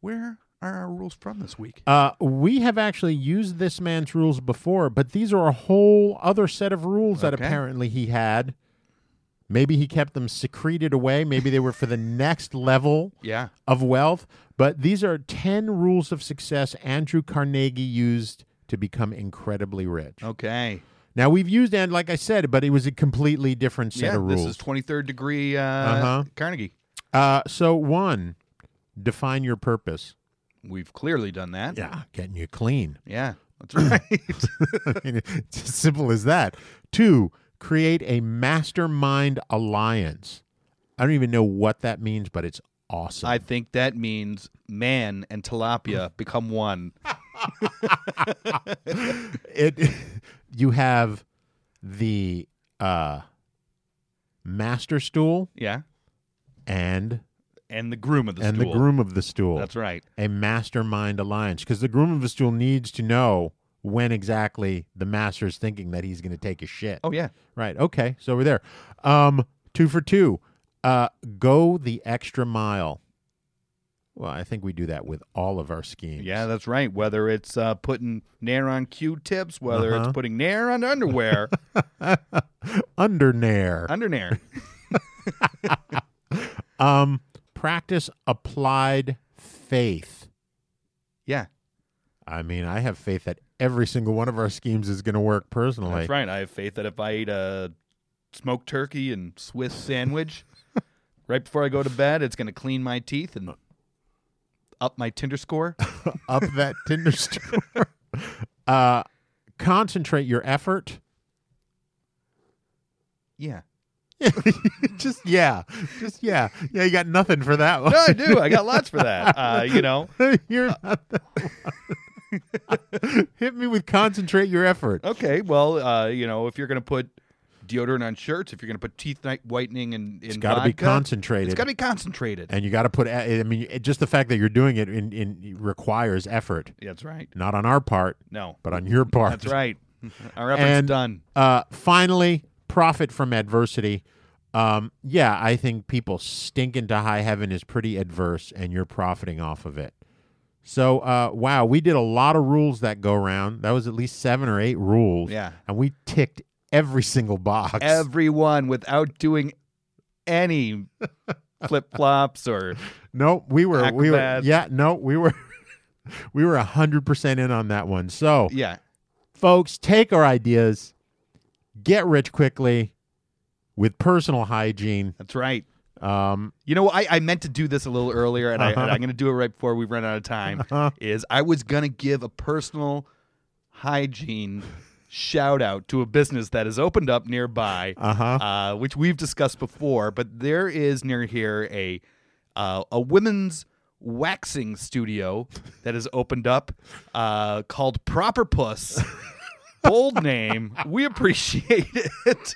Speaker 6: Where are our rules from this week?
Speaker 5: Uh, we have actually used this man's rules before, but these are a whole other set of rules that
Speaker 6: Okay.
Speaker 5: apparently he had. Maybe he kept them secreted away. Maybe they were for the next level
Speaker 6: Yeah.
Speaker 5: of wealth. But these are 10 rules of success Andrew Carnegie used to become incredibly rich.
Speaker 6: Okay.
Speaker 5: Now we've used and like I said, but it was a completely different set
Speaker 6: yeah,
Speaker 5: of rules.
Speaker 6: this is 23rd degree uh,
Speaker 5: Uh-huh.
Speaker 6: Carnegie.
Speaker 5: uh, so one, define your purpose.
Speaker 6: We've clearly done that.
Speaker 5: Yeah, getting you clean.
Speaker 6: Yeah, that's right.
Speaker 5: I mean, it's as simple as that. Two, create a mastermind alliance. I don't even know what that means, but it's awesome.
Speaker 6: I think that means man and tilapia become one.
Speaker 5: it you have the uh, master stool
Speaker 6: Yeah.
Speaker 5: and
Speaker 6: And the groom of the
Speaker 5: and
Speaker 6: stool.
Speaker 5: the groom of the stool.
Speaker 6: That's right.
Speaker 5: a mastermind alliance because the groom of a stool needs to know when exactly the master is thinking that he's going to take a shit.
Speaker 6: Oh yeah.
Speaker 5: Right. Okay. So we're there. Um, two for two. Uh, go the extra mile. Well, I think we do that with all of our schemes.
Speaker 6: Yeah, that's right. Whether it's uh, putting Nair on Q-tips, whether
Speaker 5: Uh-huh.
Speaker 6: it's putting Nair on underwear,
Speaker 5: Under Nair.
Speaker 6: under Nair.
Speaker 5: Um, practice applied faith.
Speaker 6: Yeah,
Speaker 5: I mean, I have faith that every single one of our schemes is going to work personally.
Speaker 6: that's right. I have faith that if I eat a smoked turkey and Swiss sandwich right before I go to bed, it's going to clean my teeth and up my Tinder score.
Speaker 5: Up that Tinder store. uh, concentrate your effort.
Speaker 6: Yeah.
Speaker 5: Just yeah, just yeah, yeah. You got nothing for that one.
Speaker 6: No, I do. I got lots for that. Uh, you know.
Speaker 5: You're not the one. Hit me with concentrate your effort.
Speaker 6: Okay. Well, uh, you know, if you're going to put deodorant on shirts, if you're going to put teeth night whitening and
Speaker 5: It's got to be concentrated.
Speaker 6: It's got to be concentrated.
Speaker 5: and you got to put. I mean, just the fact that you're doing it in, in requires effort,
Speaker 6: Yeah, that's right.
Speaker 5: not on our part,
Speaker 6: No.
Speaker 5: but on your part.
Speaker 6: That's right. Our effort's
Speaker 5: And
Speaker 6: done.
Speaker 5: Uh, finally, profit from adversity. Um, yeah, I think people stinking to high heaven is pretty adverse, and you're profiting off of it. So, uh, wow, we did a lot of rules that go around. That was at least seven or eight rules.
Speaker 6: Yeah.
Speaker 5: and we ticked every single box.
Speaker 6: Everyone without doing any flip flops or
Speaker 5: No, we were we were
Speaker 6: Acrobats.
Speaker 5: yeah, no, we were we were hundred percent in on that one. So
Speaker 6: yeah.
Speaker 5: folks, take our ideas, get rich quickly with personal hygiene.
Speaker 6: That's right.
Speaker 5: Um
Speaker 6: You know, I, I meant to do this a little earlier, and, I, and I'm going to do it right before we run out of time. Is I was going to give a personal hygiene shout out to a business that has opened up nearby,
Speaker 5: Uh-huh.
Speaker 6: uh, which we've discussed before. But there is near here a uh, a women's waxing studio that has opened up uh, called Proper Puss. Bold name. We appreciate it.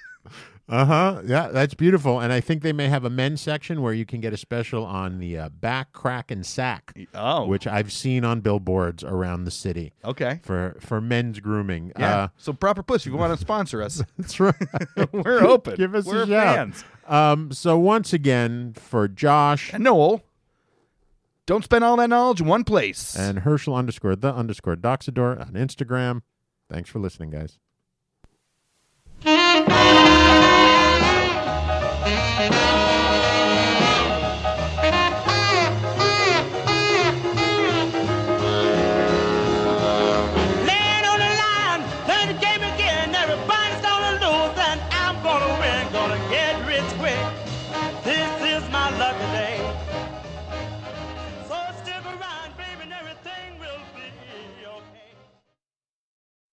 Speaker 5: Uh-huh. Yeah, that's beautiful. And I think they may have a men's section where you can get a special on the uh, back crack and sack.
Speaker 6: Oh.
Speaker 5: Which I've seen on billboards around the city
Speaker 6: Okay.
Speaker 5: for for men's grooming.
Speaker 6: Yeah.
Speaker 5: Uh,
Speaker 6: so proper puss, if you want to sponsor us,
Speaker 5: that's right.
Speaker 6: we're open.
Speaker 5: Give us
Speaker 6: we're
Speaker 5: a shout.
Speaker 6: fans.
Speaker 5: Um, so once again, for Josh
Speaker 6: And Noel, don't spend all that knowledge in one place.
Speaker 5: and Herschel underscore the underscore Doxador on Instagram. Thanks for listening, guys.
Speaker 3: Bye.